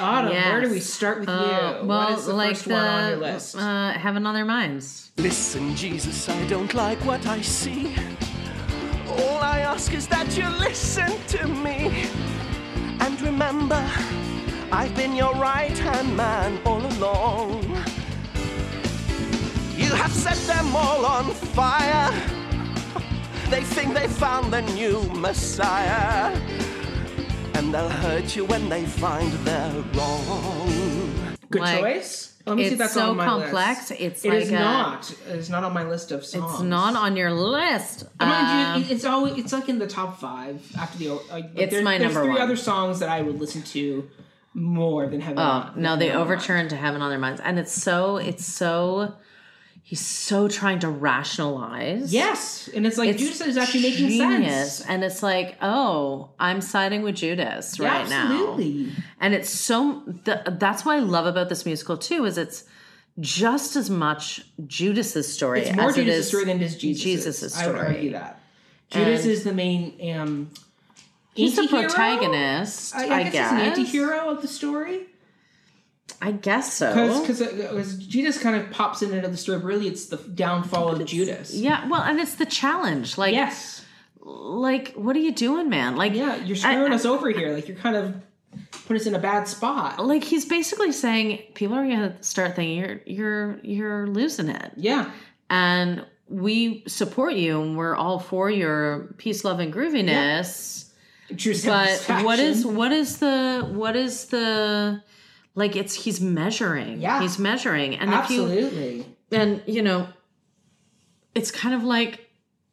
Speaker 1: Autumn, where do we
Speaker 2: Yes.
Speaker 1: start with
Speaker 2: Uh,
Speaker 1: you?
Speaker 2: well,
Speaker 1: what is the
Speaker 2: like
Speaker 1: first
Speaker 2: the
Speaker 1: one on your list?
Speaker 2: Uh, have another minds.
Speaker 3: Listen, Jesus, I don't like what I see. All I ask is that you listen to me. And remember, I've been your right hand man all along. You have set them all on fire. They think they found the new Messiah. And they'll hurt you when they find they're wrong.
Speaker 1: Good
Speaker 2: like,
Speaker 1: choice. Let me see if
Speaker 2: it's
Speaker 1: that's
Speaker 2: so
Speaker 1: on my
Speaker 2: complex.
Speaker 1: list.
Speaker 2: It's
Speaker 1: It is
Speaker 2: like a-
Speaker 1: not. It's not on my list of songs.
Speaker 2: It's not on your list.
Speaker 1: Mind
Speaker 2: Um,
Speaker 1: you, it- it's always it's like in the top five after the. Like, like,
Speaker 2: It's
Speaker 1: there's,
Speaker 2: my
Speaker 1: there's
Speaker 2: number
Speaker 1: three
Speaker 2: one.
Speaker 1: other songs that I would listen to more than Heaven.
Speaker 2: Oh no, they
Speaker 1: overturn.
Speaker 2: overturned to heaven on their minds, and it's so it's so he's so trying to rationalize.
Speaker 1: Yes, and it's like
Speaker 2: It's
Speaker 1: Judas is actually making
Speaker 2: genius,
Speaker 1: sense.
Speaker 2: and it's like, oh, I'm siding with Judas
Speaker 1: Yeah,
Speaker 2: right now,
Speaker 1: absolutely.
Speaker 2: and it's so th- that's what I love about this musical too is it's just as much Judas's story
Speaker 1: It's more
Speaker 2: as it is
Speaker 1: Judas' story than it is Jesus.
Speaker 2: Jesus's
Speaker 1: I would
Speaker 2: story.
Speaker 1: argue that Judas
Speaker 2: And-
Speaker 1: is the main. Um,
Speaker 2: he's the
Speaker 1: anti-hero?
Speaker 2: protagonist.
Speaker 1: I, I guess, he's an
Speaker 2: hero
Speaker 1: anti-hero of the story
Speaker 2: I guess so.
Speaker 1: because uh, Judas kind of pops in and out of the story. But really, it's the downfall of Judas.
Speaker 2: Yeah, well, and it's the challenge. Like,
Speaker 1: Yes.
Speaker 2: like, what are you doing, man? Like,
Speaker 1: Yeah, you're screwing
Speaker 2: I-
Speaker 1: us over here. Like you're kind of putting us in a bad spot.
Speaker 2: like he's basically saying people are gonna start thinking you're you're you're losing it
Speaker 1: Yeah,
Speaker 2: and we support you and we're all for your peace love and grooviness
Speaker 1: true.
Speaker 2: but what is
Speaker 1: satisfaction.
Speaker 2: what is the what is the like it's he's measuring
Speaker 1: Yeah.
Speaker 2: he's measuring and if
Speaker 1: absolutely?
Speaker 2: you and you know it's kind of like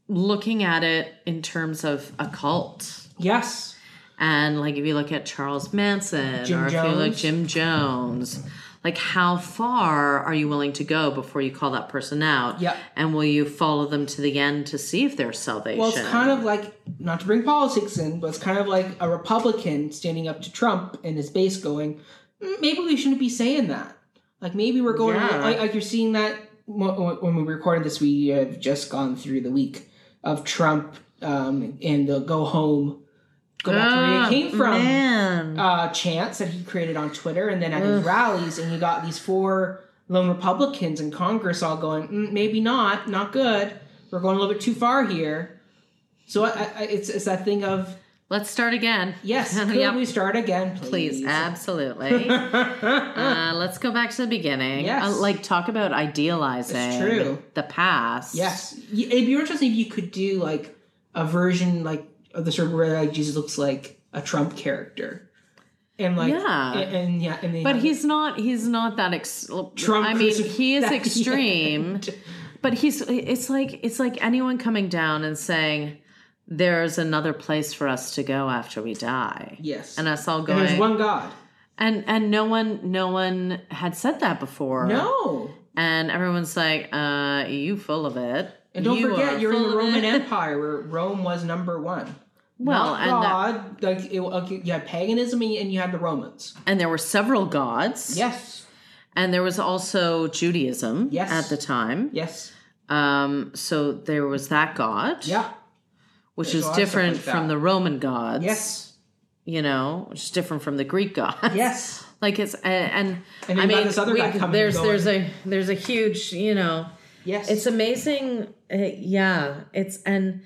Speaker 2: looking at it in terms of a cult
Speaker 1: yes,
Speaker 2: and like if you look at Charles Manson
Speaker 1: Jim
Speaker 2: or if you look
Speaker 1: Jones.
Speaker 2: Jim Jones, like how far are you willing to go before you call that person out?
Speaker 1: Yep.
Speaker 2: And will you follow them to the end to see if there's salvation?
Speaker 1: well, it's kind of like not to bring politics in, but it's kind of like a Republican standing up to Trump and his base going, "Mm, maybe we shouldn't be saying that. Like maybe we're going
Speaker 2: Yeah.
Speaker 1: like, like you're seeing that when when we recorded this, we have just gone through the week of Trump um, and the go home, go back to where
Speaker 2: Ah,
Speaker 1: you came from.
Speaker 2: Man.
Speaker 1: uh, chants that he created on Twitter, and then at his rallies, and you got these four lone Republicans in Congress all going, mm, maybe not, not good. We're going a little bit too far here. So I, I, I- it's it's that thing of
Speaker 2: Let's start again.
Speaker 1: yes, could
Speaker 2: Yep.
Speaker 1: we start again,
Speaker 2: Please,
Speaker 1: please?
Speaker 2: absolutely. uh, let's go back to the beginning.
Speaker 1: Yes.
Speaker 2: Uh, like, talk about idealizing
Speaker 1: true.
Speaker 2: the past.
Speaker 1: Yes, Y- it'd be interesting if you could do like a version like of the circle where like Jesus looks like a Trump character, and like
Speaker 2: Yeah.
Speaker 1: and, and yeah, and then
Speaker 2: But he's not. He's not that. Ex-
Speaker 1: Trump.
Speaker 2: I mean,
Speaker 1: crucif-
Speaker 2: he is
Speaker 1: at the
Speaker 2: extreme.
Speaker 1: end.
Speaker 2: But he's it's like it's like anyone coming down and saying there's another place for us to go after we die.
Speaker 1: Yes,
Speaker 2: And us all
Speaker 1: and
Speaker 2: going
Speaker 1: there's one God.
Speaker 2: and and no one no one had said that before.
Speaker 1: No.
Speaker 2: And everyone's like, uh, you full of it.
Speaker 1: And don't
Speaker 2: You are
Speaker 1: forget, you're in
Speaker 2: full
Speaker 1: the
Speaker 2: of
Speaker 1: Roman
Speaker 2: it."
Speaker 1: Empire, where Rome was number one.
Speaker 2: Well,
Speaker 1: Not
Speaker 2: and that-
Speaker 1: God, like, it, like, you had paganism and you- and you had the Romans.
Speaker 2: and there were several gods.
Speaker 1: Yes,
Speaker 2: And there was also Judaism
Speaker 1: Yes.
Speaker 2: at the time.
Speaker 1: yes,
Speaker 2: Um, so there was that god,
Speaker 1: yeah,
Speaker 2: which
Speaker 1: There's
Speaker 2: is
Speaker 1: a lot of stuff
Speaker 2: different
Speaker 1: like that.
Speaker 2: from the Roman gods.
Speaker 1: yes,
Speaker 2: You know, which is different from the Greek gods.
Speaker 1: yes.
Speaker 2: Like it's and,
Speaker 1: And then
Speaker 2: and I
Speaker 1: you got
Speaker 2: mean
Speaker 1: this other
Speaker 2: we-
Speaker 1: guy coming
Speaker 2: there's
Speaker 1: and
Speaker 2: there's a there's a huge you know
Speaker 1: Yes,
Speaker 2: it's amazing uh, yeah it's and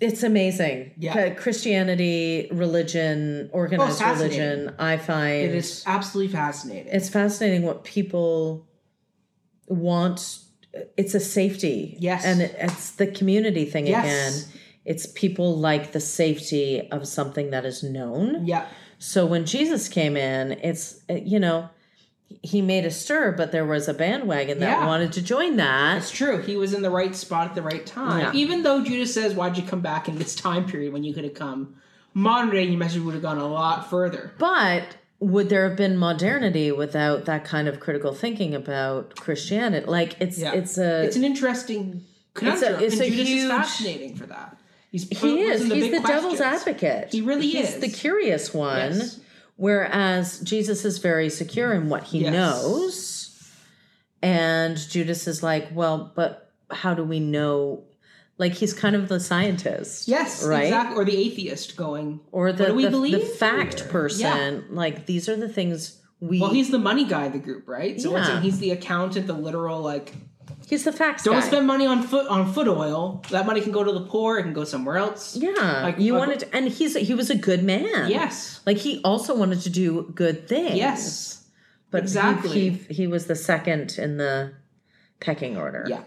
Speaker 2: it's amazing
Speaker 1: Yeah.
Speaker 2: Uh, Christianity religion organized
Speaker 1: fascinating.
Speaker 2: religion I find
Speaker 1: it is absolutely fascinating.
Speaker 2: it's fascinating what people want it's a safety
Speaker 1: Yes.
Speaker 2: and it, it's the community thing
Speaker 1: Yes.
Speaker 2: again it's people like the safety of something that is known
Speaker 1: Yeah,
Speaker 2: so when Jesus came in, it's uh, you know, he made a stir, but there was a bandwagon that
Speaker 1: Yeah.
Speaker 2: wanted to join that.
Speaker 1: It's true. He was in the right spot at the right time.
Speaker 2: Yeah.
Speaker 1: Even though Judas says, "Why'd you come back in this time period when you could have come?" Modern day, your message would have gone a lot further.
Speaker 2: But would there have been modernity without that kind of critical thinking about Christianity? Like it's
Speaker 1: Yeah.
Speaker 2: it's a
Speaker 1: It's an interesting conundrum,
Speaker 2: it's
Speaker 1: and
Speaker 2: a
Speaker 1: Judas is
Speaker 2: huge-
Speaker 1: fascinating for that. He's
Speaker 2: he is
Speaker 1: posing
Speaker 2: he's
Speaker 1: big
Speaker 2: the devil's
Speaker 1: questions.
Speaker 2: advocate.
Speaker 1: He really
Speaker 2: he's
Speaker 1: is.
Speaker 2: the curious one.
Speaker 1: Yes.
Speaker 2: Whereas Jesus is very secure in what he
Speaker 1: Yes.
Speaker 2: knows, and Judas is like, well, but how do we know? Like he's kind of the scientist.
Speaker 1: Yes,
Speaker 2: right.
Speaker 1: exactly. Or the atheist going,
Speaker 2: Or the,
Speaker 1: What do we
Speaker 2: the, the
Speaker 1: believe?
Speaker 2: fact person. Like these are the things we.
Speaker 1: Well, he's the money guy of the group, right? So once
Speaker 2: Yeah.
Speaker 1: again, he's the accountant, the literal like
Speaker 2: he's the facts
Speaker 1: don't
Speaker 2: guy.
Speaker 1: spend money on foot on foot oil. That money can go to the poor. It can go somewhere else.
Speaker 2: yeah,
Speaker 1: Like,
Speaker 2: you
Speaker 1: like-
Speaker 2: wanted, to, and he's he was a good man.
Speaker 1: Yes.
Speaker 2: like he also wanted to do good things.
Speaker 1: Yes.
Speaker 2: but he-
Speaker 1: exactly.
Speaker 2: He, he, was the second in the pecking order.
Speaker 1: Yeah.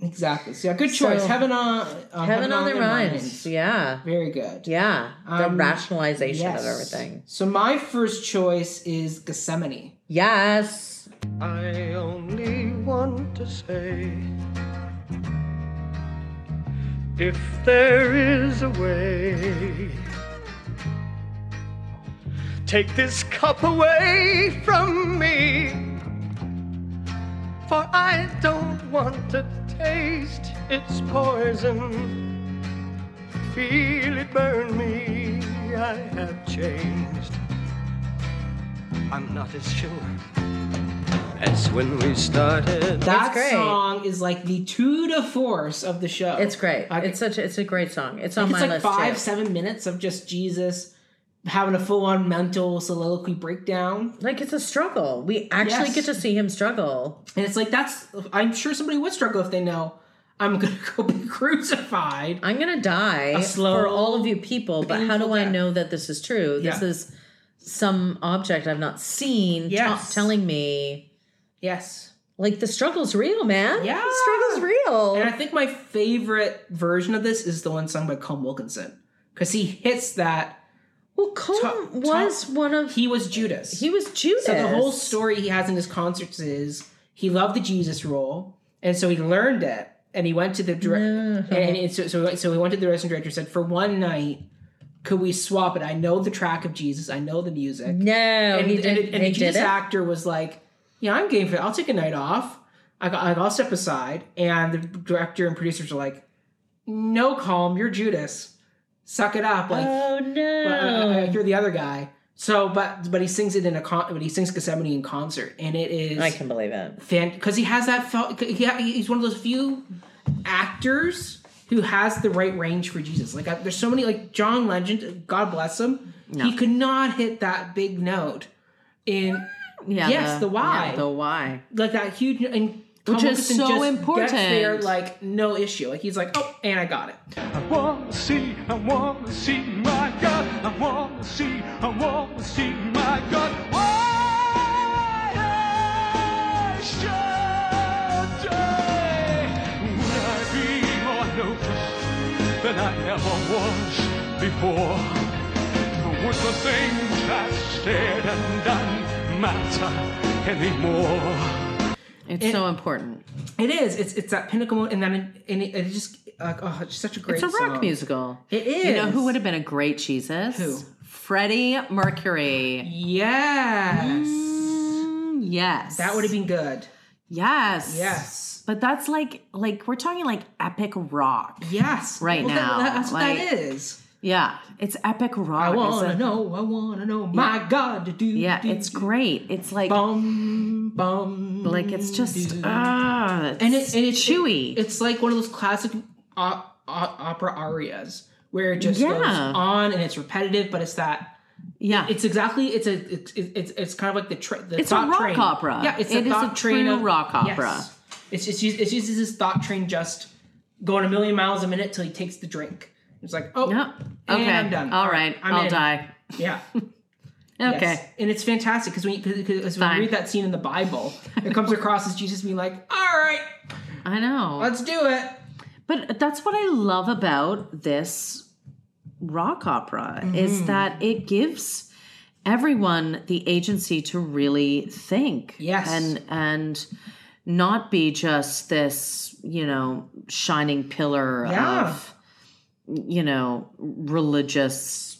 Speaker 1: Exactly. So yeah, good choice.
Speaker 2: So-
Speaker 1: heaven on uh,
Speaker 2: heaven on their minds. Yeah,
Speaker 1: Very good.
Speaker 2: yeah. The
Speaker 1: Um,
Speaker 2: rationalization
Speaker 1: Yes.
Speaker 2: of everything.
Speaker 1: So my first choice is Gethsemane.
Speaker 2: Yes.
Speaker 3: I only want to say if there is a way, take this cup away from me, for I don't want to taste its poison. Feel it burn me, I have changed. I'm not as sure as when we started.
Speaker 1: That
Speaker 2: great.
Speaker 1: song is like the two to force of the show.
Speaker 2: It's great.
Speaker 1: Like,
Speaker 2: it's such. A, it's a great song. It's on
Speaker 1: it's
Speaker 2: my
Speaker 1: like
Speaker 2: list
Speaker 1: five,
Speaker 2: too.
Speaker 1: seven minutes of just Jesus having a full on mental soliloquy breakdown.
Speaker 2: Like it's a struggle. We actually
Speaker 1: Yes.
Speaker 2: get to see him struggle.
Speaker 1: And it's like that's I'm sure somebody would struggle if they know I'm gonna go be crucified.
Speaker 2: I'm gonna die
Speaker 1: A slow,
Speaker 2: for all of you people, but how do
Speaker 1: painful
Speaker 2: I
Speaker 1: death.
Speaker 2: know that this is true? This
Speaker 1: Yeah.
Speaker 2: is some object I've not seen t-
Speaker 1: Yes.
Speaker 2: telling me
Speaker 1: Yes.
Speaker 2: like the struggle's real, man.
Speaker 1: Yeah.
Speaker 2: the struggle's real.
Speaker 1: And I think my favorite version of this is the one sung by Colm Wilkinson. Because he hits that
Speaker 2: well, Colm
Speaker 1: Ta-
Speaker 2: was
Speaker 1: ta-
Speaker 2: one of he,
Speaker 1: he was Judas.
Speaker 2: was Judas.
Speaker 1: So the whole story he has in his concerts is he loved the Jesus role, and so he learned it, and he went to the director,
Speaker 2: Mm-hmm.
Speaker 1: and and so, so so he went to the wrestling director and said, "For one night, could we swap it? I know the track of Jesus, I know the music."
Speaker 2: No,
Speaker 1: and,
Speaker 2: he
Speaker 1: and-
Speaker 2: did.
Speaker 1: and the
Speaker 2: he did
Speaker 1: Jesus
Speaker 2: it.
Speaker 1: actor was like, "Yeah, I'm game for it. I'll take a night off. I, I- I'll step aside." And the director and producers are like, "No, calm. You're Judas. Suck it up. Like,
Speaker 2: oh
Speaker 1: but, uh,
Speaker 2: no!
Speaker 1: you're the other guy. So, but but he sings it in a con- but he sings Gethsemane in concert, and it is
Speaker 2: I can believe it.
Speaker 1: fan because he has that fel- he, he's one of those few actors who has the right range for Jesus. Like I, there's so many like John Legend, God bless him, he could not hit that big note in
Speaker 2: Yeah.
Speaker 1: Yes, the why.
Speaker 2: yeah, the why.
Speaker 1: like that huge and.
Speaker 2: Which
Speaker 1: Tom
Speaker 2: is
Speaker 1: Wilkinson
Speaker 2: so
Speaker 1: just
Speaker 2: important.
Speaker 1: Gets there, like no issue. Like he's like, oh, and I got it.
Speaker 3: I wanna see, I wanna see my God. I wanna see, I wanna see my God. Why I should die? Would I be more noticed than I ever was before? Would the things I said and done matter anymore?
Speaker 2: It's so important.
Speaker 1: It is. It's it's that pinnacle, moment, and then and it, it just like oh, it's such a great.
Speaker 2: It's a rock
Speaker 1: song.
Speaker 2: musical.
Speaker 1: It is.
Speaker 2: You know who would have been a great Jesus?
Speaker 1: Who?
Speaker 2: Freddie Mercury.
Speaker 1: Yes.
Speaker 2: Mm, yes.
Speaker 1: That would have been good.
Speaker 2: Yes.
Speaker 1: Yes.
Speaker 2: But that's like like we're talking like epic rock.
Speaker 1: Yes.
Speaker 2: Right
Speaker 1: Well, that-
Speaker 2: now,
Speaker 1: that's what
Speaker 2: like,
Speaker 1: that is.
Speaker 2: Yeah. It's epic rock.
Speaker 1: I
Speaker 2: It's
Speaker 1: wanna
Speaker 2: a-
Speaker 1: know. I wanna know. My God, to do.
Speaker 2: Yeah,
Speaker 1: do,
Speaker 2: it's
Speaker 1: do.
Speaker 2: great. It's like
Speaker 1: Bum bum.
Speaker 2: like it's just
Speaker 1: do.
Speaker 2: ah it's
Speaker 1: and it and it's
Speaker 2: chewy.
Speaker 1: it's like one of those classic o- o- opera arias where it just
Speaker 2: Yeah.
Speaker 1: goes on and it's repetitive, but it's that.
Speaker 2: yeah.
Speaker 1: It's exactly. It's a. It's it's, it's kind of like the. Tra- the
Speaker 2: It's a
Speaker 1: thought
Speaker 2: rock
Speaker 1: train.
Speaker 2: opera.
Speaker 1: Yeah, it's
Speaker 2: It
Speaker 1: a
Speaker 2: is a
Speaker 1: thought train
Speaker 2: true
Speaker 1: of-
Speaker 2: rock
Speaker 1: yes.
Speaker 2: opera.
Speaker 1: It's just it's just this thought train just going a million miles a minute till he takes the drink. It's like oh
Speaker 2: Yep. Okay.
Speaker 1: and I'm done.
Speaker 2: All right.
Speaker 1: I'm
Speaker 2: I'll
Speaker 1: in.
Speaker 2: die.
Speaker 1: Yeah.
Speaker 2: Okay.
Speaker 1: Yes. And it's fantastic because when you, cause, 'cause when
Speaker 2: Fine.
Speaker 1: you read that scene in the Bible, it comes across as Jesus being like, "All right,
Speaker 2: I know.
Speaker 1: let's do it."
Speaker 2: But that's what I love
Speaker 1: Mm-hmm.
Speaker 2: about this rock opera is that it gives everyone the agency to really think
Speaker 1: Yes.
Speaker 2: and and not be just this you know shining pillar
Speaker 1: Yeah.
Speaker 2: of you know religious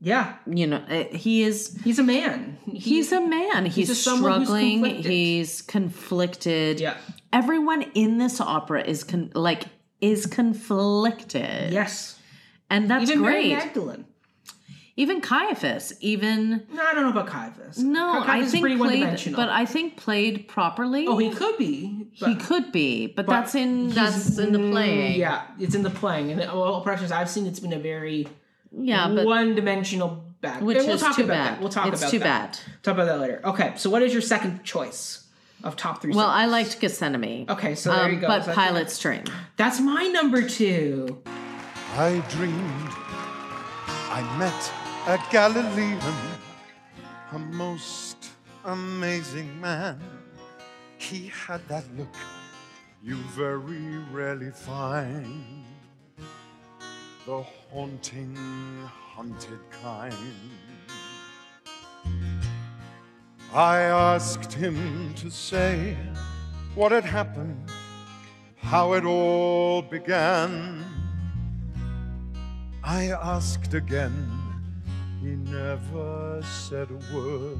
Speaker 1: Yeah,
Speaker 2: you know eh, he is
Speaker 1: he's a man. He-
Speaker 2: he's a man he's,
Speaker 1: just someone who's
Speaker 2: struggling
Speaker 1: conflicted.
Speaker 2: he's conflicted
Speaker 1: Yeah.
Speaker 2: everyone in this opera is con- like is conflicted
Speaker 1: yes.
Speaker 2: and that's
Speaker 1: Even Mary
Speaker 2: great
Speaker 1: Magdalene.
Speaker 2: even caiaphas even
Speaker 1: No, I don't know about Caiaphas.
Speaker 2: no,
Speaker 1: Caiaphas
Speaker 2: I
Speaker 1: is
Speaker 2: think
Speaker 1: pretty
Speaker 2: played,
Speaker 1: one-dimensional.
Speaker 2: but I think played properly.
Speaker 1: oh, he could be.
Speaker 2: He
Speaker 1: but-
Speaker 2: could be, but, that's in that's in the playing.
Speaker 1: Yeah, it's in the playing, and all pressures I've seen, it's been a very
Speaker 2: yeah, but
Speaker 1: one-dimensional back.
Speaker 2: which
Speaker 1: and we'll
Speaker 2: is
Speaker 1: talk
Speaker 2: too
Speaker 1: about
Speaker 2: bad.
Speaker 1: That. We'll talk
Speaker 2: it's
Speaker 1: about
Speaker 2: too
Speaker 1: that.
Speaker 2: bad.
Speaker 1: Talk about that later. Okay, so what is your second choice of top three?
Speaker 2: Well,
Speaker 1: songs?
Speaker 2: I liked Gethsemane. Um,
Speaker 1: Okay, so there you go.
Speaker 2: But
Speaker 1: So that's-
Speaker 2: Pilot's Dream.
Speaker 1: that's my number two.
Speaker 4: I dreamed I met a Galilean, a most amazing man. He had that look you very rarely find, the haunting, hunted kind. I asked him to say what had happened, how it all began. I asked again. He never said a word,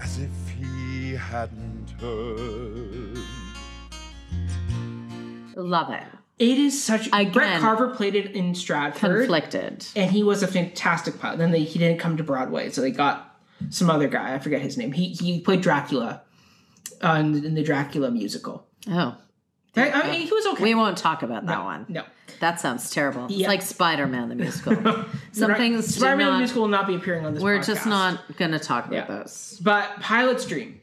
Speaker 4: as if he hadn't heard.
Speaker 2: Love it.
Speaker 1: It is such. Brett
Speaker 2: Again,
Speaker 1: Carver played it in Stratford,
Speaker 2: Conflicted.
Speaker 1: and he was a fantastic pilot. Then they, he didn't come to Broadway, so they got some other guy. I forget his name. He he played Dracula uh, in, the- in the Dracula musical.
Speaker 2: Oh,
Speaker 1: I, I mean, he was okay.
Speaker 2: we won't talk about that one.
Speaker 1: no,
Speaker 2: That sounds terrible. It's
Speaker 1: Yeah.
Speaker 2: like Spider Man the musical. Some things do
Speaker 1: Spider-Man the
Speaker 2: not-
Speaker 1: musical will not be appearing on this.
Speaker 2: We're just
Speaker 1: podcast.
Speaker 2: not going to talk about
Speaker 1: Yeah.
Speaker 2: those.
Speaker 1: But Pilot's Dream,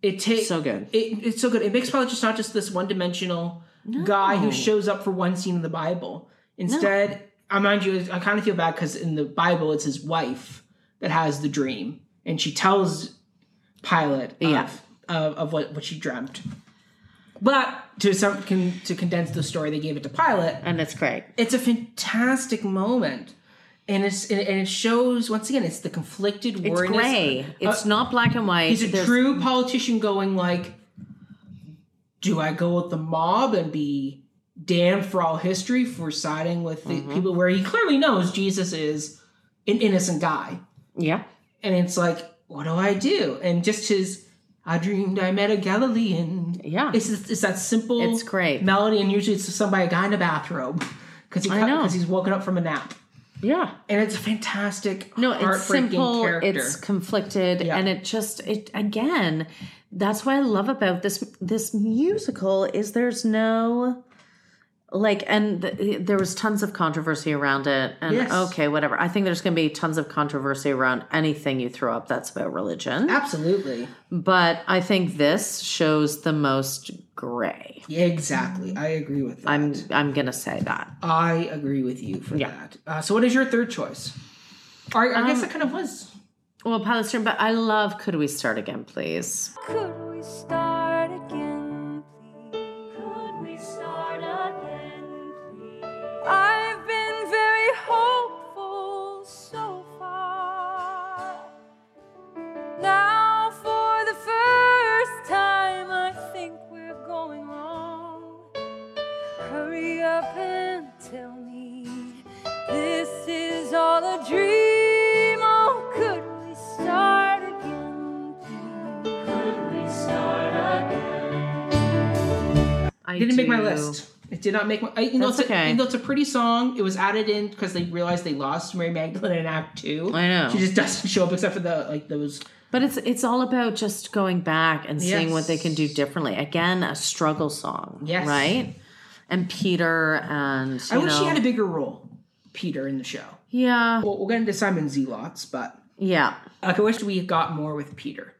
Speaker 1: it takes
Speaker 2: So good.
Speaker 1: It, it's so good. It makes Pilot just not just this one dimensional guy who shows up for one scene in the Bible. Instead, I mind you, I kind of feel bad because in the Bible, it's his wife that has the dream, and she tells Pilot of,
Speaker 2: Yeah.
Speaker 1: of, of what, what she dreamt. But to some con, to condense the story, they gave it to Pilot
Speaker 2: And it's great.
Speaker 1: it's a fantastic moment and it's and and it shows once again it's the conflicted
Speaker 2: It's
Speaker 1: warness.
Speaker 2: gray. It's not black and white.
Speaker 1: he's a
Speaker 2: There's-
Speaker 1: true politician going like do i go with the mob and be damned for all history for siding with the
Speaker 2: Mm-hmm.
Speaker 1: people where he clearly knows jesus is an innocent guy
Speaker 2: Yeah.
Speaker 1: and it's like what do i do and just his i dreamed i met a galilean
Speaker 2: Yeah.
Speaker 1: it's it's that simple
Speaker 2: It's great.
Speaker 1: melody and usually it's somebody a guy in a bathrobe because he
Speaker 2: I know.
Speaker 1: because he's woken up from a nap
Speaker 2: Yeah.
Speaker 1: and it's a fantastic
Speaker 2: No, it's
Speaker 1: heartbreaking
Speaker 2: simple.
Speaker 1: character
Speaker 2: It's conflicted,
Speaker 1: Yeah.
Speaker 2: and it just it again. That's what I love about this this musical is there's no like and th- there was tons of controversy around it and
Speaker 1: Yes.
Speaker 2: okay whatever i think there's going to be tons of controversy around anything you throw up that's about religion
Speaker 1: absolutely
Speaker 2: but i think this shows the most gray
Speaker 1: yeah, exactly i agree with that
Speaker 2: i'm i'm going to say that
Speaker 1: i agree with you for
Speaker 2: Yeah. Um,
Speaker 1: that uh, so what is your third choice or, i guess it kind of was
Speaker 2: well palestine but i love could we start again please
Speaker 5: Could we start again, please? Could we start again, please? I've been very hopeful so far. Now, for the first time, I think we're going wrong. Hurry up and tell me this is all a dream. Oh, could we start again? please? Could we start again?
Speaker 2: i
Speaker 1: it didn't make my
Speaker 2: do-
Speaker 1: list it did not make my I, you know,
Speaker 2: That's
Speaker 1: it's a-
Speaker 2: okay.
Speaker 1: even though it's a pretty song it was added in because they realized they lost mary magdalene in act two
Speaker 2: I know.
Speaker 1: she just doesn't show up except for the like those
Speaker 2: But it's it's all about just going back and seeing what they can do
Speaker 1: Yes.
Speaker 2: differently. Again, a struggle song,
Speaker 1: Yes.
Speaker 2: right? And Peter and
Speaker 1: i
Speaker 2: you
Speaker 1: wish she
Speaker 2: know-
Speaker 1: had a bigger role peter in the show
Speaker 2: yeah,
Speaker 1: well, we'll get into simon zelots but
Speaker 2: yeah,
Speaker 1: Like, I wish we got more with Peter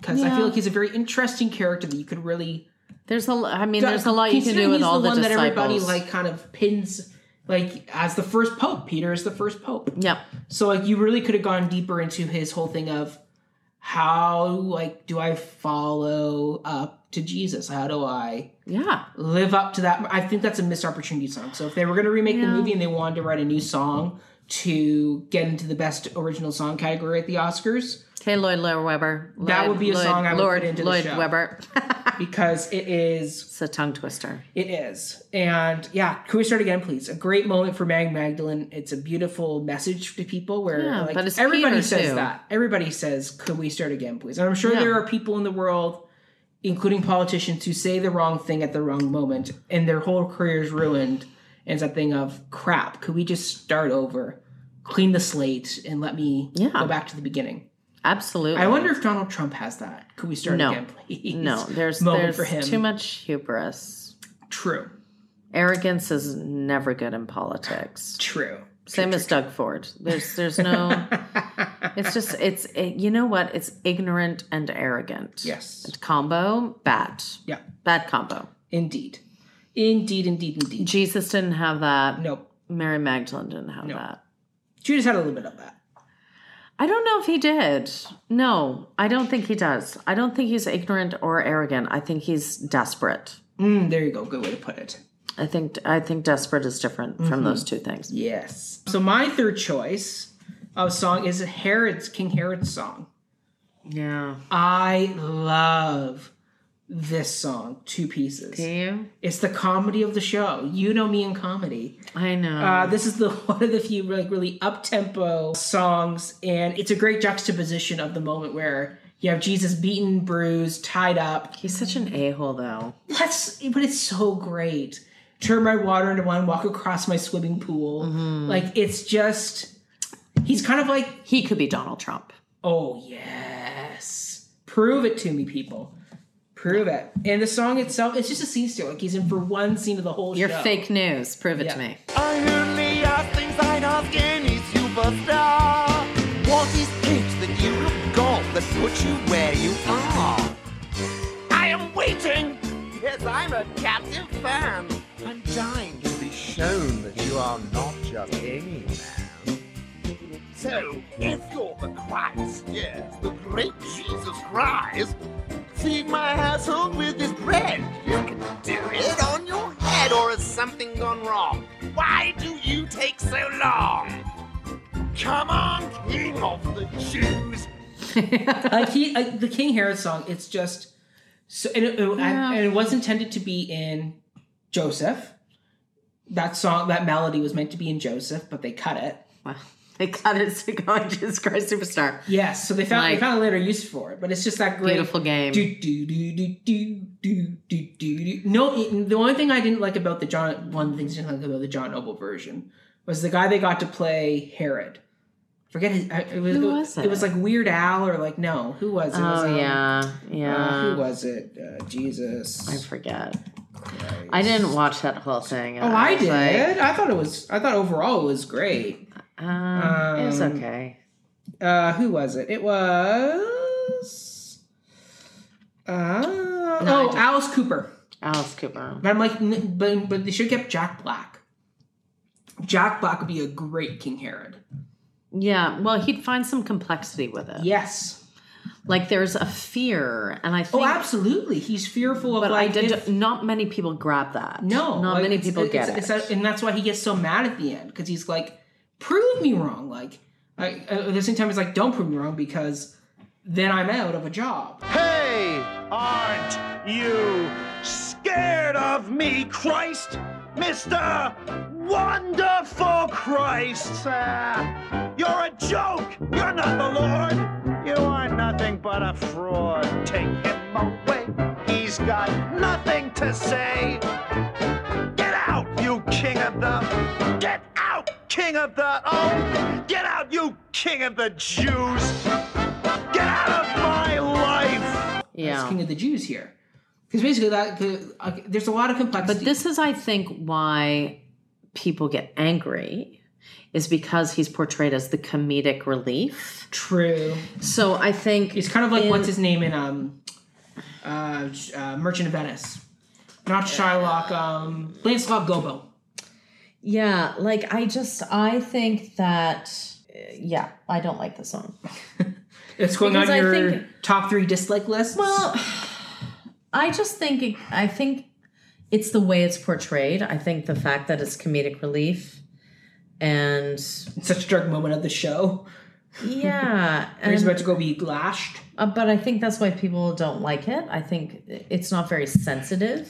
Speaker 1: because I
Speaker 2: Yeah.
Speaker 1: feel like he's a very interesting character that you could really.
Speaker 2: There's a l- I mean, there's a lot you can
Speaker 1: Considering
Speaker 2: do with
Speaker 1: he's
Speaker 2: all
Speaker 1: the,
Speaker 2: the,
Speaker 1: one that everybody
Speaker 2: disciples.
Speaker 1: like kind of pins like as the first pope. Peter is the first pope,
Speaker 2: yep,
Speaker 1: so like you really could have gone deeper into his whole thing of how like do I follow up to Jesus? How do I
Speaker 2: yeah,
Speaker 1: live up to that? I think that's a missed opportunity song. So if they were going to remake the
Speaker 2: Yeah.
Speaker 1: movie and they wanted to write a new song to get into the best original song category at the Oscars
Speaker 2: Hey, Lloyd Lloyd Webber.
Speaker 1: That
Speaker 2: Lloyd-
Speaker 1: would be a
Speaker 2: Lloyd-
Speaker 1: song I would put
Speaker 2: Lord,
Speaker 1: into the
Speaker 2: Lloyd
Speaker 1: show.
Speaker 2: Webber.
Speaker 1: because it is
Speaker 2: it's a tongue twister.
Speaker 1: It is. And yeah, can we start again, please? A great moment for Mary Magdalene. It's a beautiful message to people where
Speaker 2: Yeah,
Speaker 1: like,
Speaker 2: but it's
Speaker 1: everybody
Speaker 2: Peter,
Speaker 1: says
Speaker 2: too.
Speaker 1: that. Everybody says, could we start again, please? And I'm sure
Speaker 2: Yeah.
Speaker 1: there are people in the world, including politicians, who say the wrong thing at the wrong moment and their whole career is ruined. And it's a thing of crap. Could we just start over, clean the slate, and let me
Speaker 2: Yeah.
Speaker 1: go back to the beginning?
Speaker 2: Absolutely.
Speaker 1: I wonder if Donald Trump has that. Could we start
Speaker 2: No.
Speaker 1: again, please?
Speaker 2: No, there's
Speaker 1: moment
Speaker 2: there's
Speaker 1: for him.
Speaker 2: too much hubris.
Speaker 1: True.
Speaker 2: Arrogance is never good in politics.
Speaker 1: True.
Speaker 2: Same as Doug Ford. There's there's no. it's just it's it, you know what it's ignorant and arrogant.
Speaker 1: Yes.
Speaker 2: Combo bad
Speaker 1: Yeah.
Speaker 2: bad combo.
Speaker 1: Indeed. Indeed, indeed, indeed.
Speaker 2: Jesus didn't have that.
Speaker 1: Nope.
Speaker 2: Mary Magdalene didn't have
Speaker 1: No.
Speaker 2: that.
Speaker 1: Judas had a little bit of that.
Speaker 2: I don't know if he did. No, I don't think he does. I don't think he's ignorant or arrogant. I think he's desperate.
Speaker 1: Mm, there you go. Good way to put it.
Speaker 2: I think I think desperate is different
Speaker 1: Mm-hmm.
Speaker 2: from those two things.
Speaker 1: Yes. So my third choice of song is Herod's King Herod's song.
Speaker 2: Yeah.
Speaker 1: I love this song, Two Pieces.
Speaker 2: Do you?
Speaker 1: It's the comedy of the show. You know me in comedy.
Speaker 2: I know.
Speaker 1: Uh, this is the one of the few like really up tempo songs, and it's a great juxtaposition of the moment where you have Jesus beaten, bruised, tied up,
Speaker 2: he's such an a hole though.
Speaker 1: That's but it's so great. Turn my water into wine, walk across my swimming pool.
Speaker 2: Mm-hmm.
Speaker 1: Like it's just he's kind of like,
Speaker 2: He could be Donald Trump.
Speaker 1: oh yes. Prove it to me, people. Prove it. And the song itself, it's just a scene steal. Like he's in for one scene of the whole
Speaker 2: You're
Speaker 1: show.
Speaker 2: fake news. Prove it
Speaker 1: Yeah.
Speaker 2: to me.
Speaker 3: I only ask things I'd ask any superstar. What is it that you have got that puts you where you are? I am waiting. Yes, I'm a captive fan. I'm dying to be shown that you are not just any man. So, if you're the Christ, yes, the great Jesus Christ, feed my household with this bread. You can do it on your head, or has something gone wrong? Why do you take so long? Come on, King of the Jews.
Speaker 1: Like he like the King Herod song, it's just so and it, and-
Speaker 2: Yeah.
Speaker 1: and it was intended to be in Joseph. That song, that melody was meant to be in Joseph, but they cut it.
Speaker 2: Well, they cut it to go on Jesus Christ Superstar.
Speaker 1: Yes, so they found they
Speaker 2: Like-
Speaker 1: found a later use for it, but it's just that great
Speaker 2: Beautiful game.
Speaker 1: Do, do, do, do, do, do, do, do, do. No, it- the only thing I didn't like about the John one of the things I didn't like about the John Noble version was the guy they got to play Herod. Forget his. I- It was,
Speaker 2: Who was
Speaker 1: it? was
Speaker 2: it?
Speaker 1: like Weird Al or like no, who was it? it was,
Speaker 2: oh
Speaker 1: um,
Speaker 2: yeah,
Speaker 1: uh,
Speaker 2: yeah.
Speaker 1: who was it? Uh,
Speaker 2: I
Speaker 1: Jesus.
Speaker 2: forget. I didn't watch that whole thing.
Speaker 1: Oh, I
Speaker 2: was
Speaker 1: did.
Speaker 2: like,
Speaker 1: I thought it was. I thought overall it was great.
Speaker 2: um, it was
Speaker 1: Um,
Speaker 2: okay.
Speaker 1: Uh, who was it? It was. Uh,
Speaker 2: No, I
Speaker 1: oh,
Speaker 2: don't-
Speaker 1: Alice Cooper.
Speaker 2: Alice Cooper.
Speaker 1: But I'm like, n- but but they should have kept Jack Black. Jack Black would be a great King Herod.
Speaker 2: Yeah, well, he'd find some complexity with it.
Speaker 1: Yes.
Speaker 2: Like there's a fear, and I
Speaker 1: Oh,
Speaker 2: think,
Speaker 1: absolutely. He's fearful of
Speaker 2: but
Speaker 1: like
Speaker 2: I did.
Speaker 1: if-
Speaker 2: not many people grab that.
Speaker 1: no,
Speaker 2: not
Speaker 1: like,
Speaker 2: many
Speaker 1: it's-
Speaker 2: people
Speaker 1: it's-
Speaker 2: get
Speaker 1: it's
Speaker 2: it.
Speaker 1: that- and that's why he gets so mad at the end because he's like, "Prove me wrong." Like, I, I- at the same time, it's like, "Don't prove me wrong," because then I'm out of a job.
Speaker 3: Hey, aren't you scared of me, Christ? Mr. Wonderful Christ! Ah, you're a joke! You're not the Lord! You are nothing but a fraud. Take him away. He's got nothing to say. Get out, you king of the. Get out, king of the. Oh! Get out, you king of the Jews! Get out of my life!
Speaker 1: It's
Speaker 2: yeah,
Speaker 1: King of the Jews here, because basically that 'cause, uh, there's a lot of complexity.
Speaker 2: but this is, I think, why people get angry is because he's portrayed as the comedic relief.
Speaker 1: true.
Speaker 2: So I think
Speaker 1: It's kind of like
Speaker 2: in-
Speaker 1: what's his name in um, uh, Sh- uh, Merchant of Venice, not Shylock, um, Lancelot Gobbo.
Speaker 2: Yeah, like I just I think that uh, yeah, I don't like the song.
Speaker 1: It's going
Speaker 2: Because
Speaker 1: on
Speaker 2: I
Speaker 1: your
Speaker 2: think-
Speaker 1: top three dislike lists.
Speaker 2: Well, I just think it- I think it's the way it's portrayed. I think the fact that it's comedic relief and
Speaker 1: It's such a dark moment of the show.
Speaker 2: yeah,
Speaker 1: He's
Speaker 2: and-
Speaker 1: about to go be lashed.
Speaker 2: uh, but I think that's why people don't like it. I think it's not very sensitive.